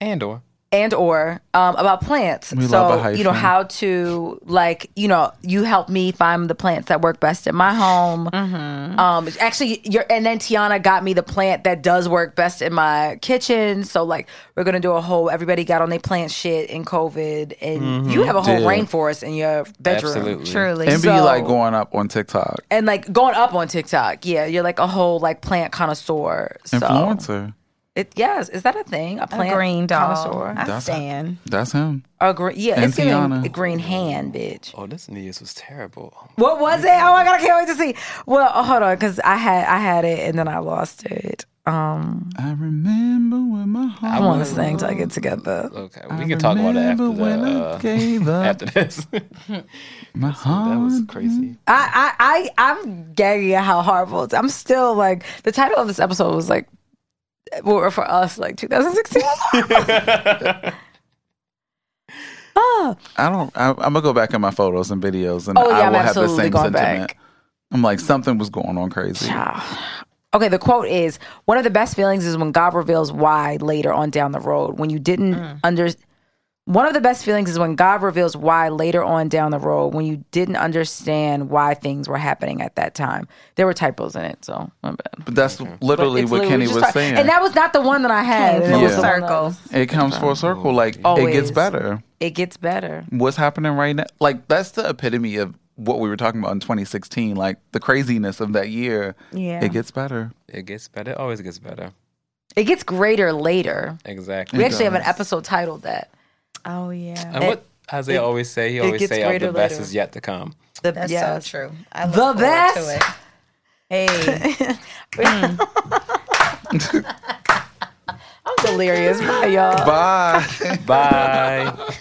Speaker 5: And or.
Speaker 2: and or um, about plants.
Speaker 4: We
Speaker 2: so
Speaker 4: love a
Speaker 2: you know
Speaker 4: hyphen.
Speaker 2: how to like you know you help me find the plants that work best in my home.
Speaker 4: Mm-hmm.
Speaker 2: Um, actually, your and then Tiana got me the plant that does work best in my kitchen. So like we're gonna do a whole everybody got on their plant shit in COVID, and
Speaker 4: Mm-hmm.
Speaker 2: you have a whole
Speaker 4: Yeah.
Speaker 2: rainforest in your bedroom.
Speaker 5: Absolutely.
Speaker 3: Truly.
Speaker 4: and be
Speaker 2: So-
Speaker 4: E, like going up on tiktok
Speaker 2: And like going up on TikTok, yeah, you're like a whole like plant connoisseur. So
Speaker 4: influencer
Speaker 2: it, yes, is that a thing? A
Speaker 3: A
Speaker 2: plant
Speaker 3: green doll.
Speaker 2: connoisseur?
Speaker 3: I
Speaker 4: That's-
Speaker 3: stand.
Speaker 4: that's him
Speaker 2: A green, yeah,
Speaker 4: And
Speaker 2: it's giving
Speaker 4: Tiana.
Speaker 2: a green hand, bitch.
Speaker 5: Oh, this New Year's was terrible.
Speaker 2: What was it? Oh my god, I can't wait to see. Well, oh, hold on, because I had I had it and then I lost it. Um,
Speaker 4: i remember when my
Speaker 2: I
Speaker 4: heart
Speaker 2: want this thing till I get together.
Speaker 5: Okay, we can talk about it after
Speaker 4: remember when I
Speaker 5: the,
Speaker 4: gave
Speaker 5: uh,
Speaker 4: up.
Speaker 5: *laughs* after this. that *laughs*
Speaker 4: my heart
Speaker 5: was crazy.
Speaker 2: I I I I'm gagging at how horrible. It's, I'm still like the title of this episode was like, well, for us like 2016. oh,
Speaker 4: I don't. I, I'm gonna go back in my photos and videos, and
Speaker 2: Oh, yeah,
Speaker 4: I
Speaker 2: I'm
Speaker 4: will have the
Speaker 2: absolutely
Speaker 4: same
Speaker 2: going
Speaker 4: sentiment.
Speaker 2: back.
Speaker 4: I'm like something was going on crazy.
Speaker 2: Okay, the quote is one of the best feelings is when God reveals why later on down the road. When you didn't under one of the best feelings is when God reveals why later on down the road when you didn't understand why things were happening at that time. There were typos in it, so my bad.
Speaker 4: But that's literally
Speaker 2: It's
Speaker 4: what
Speaker 2: literally-
Speaker 4: Kenny
Speaker 2: we
Speaker 4: was
Speaker 2: just talked-
Speaker 4: saying.
Speaker 2: And that was not the one that I had.
Speaker 4: full
Speaker 2: It was the one that-
Speaker 3: Circle.
Speaker 4: it comes full circle. Like it
Speaker 2: Always.
Speaker 4: gets better.
Speaker 2: It gets better.
Speaker 4: What's happening right now? Like that's the epitome of what we were talking about in 2016. Like the craziness of that year.
Speaker 3: Yeah.
Speaker 4: It gets better. *laughs*
Speaker 5: It gets better. It always gets better.
Speaker 2: It gets greater later.
Speaker 5: Exactly.
Speaker 2: We actually have an
Speaker 4: does.
Speaker 2: episode titled that.
Speaker 3: Oh, yeah.
Speaker 5: and what Isaiah always say, he always
Speaker 2: gets
Speaker 5: say, oh,
Speaker 2: greater
Speaker 5: the best
Speaker 2: later.
Speaker 5: is yet to come.
Speaker 2: The,
Speaker 3: That's
Speaker 2: yes.
Speaker 3: so true. I look
Speaker 2: The
Speaker 3: forward
Speaker 2: best.
Speaker 3: To it.
Speaker 2: *laughs*
Speaker 3: Hey.
Speaker 2: I'm delirious. Bye, y'all.
Speaker 4: Bye.
Speaker 2: *laughs*
Speaker 5: Bye.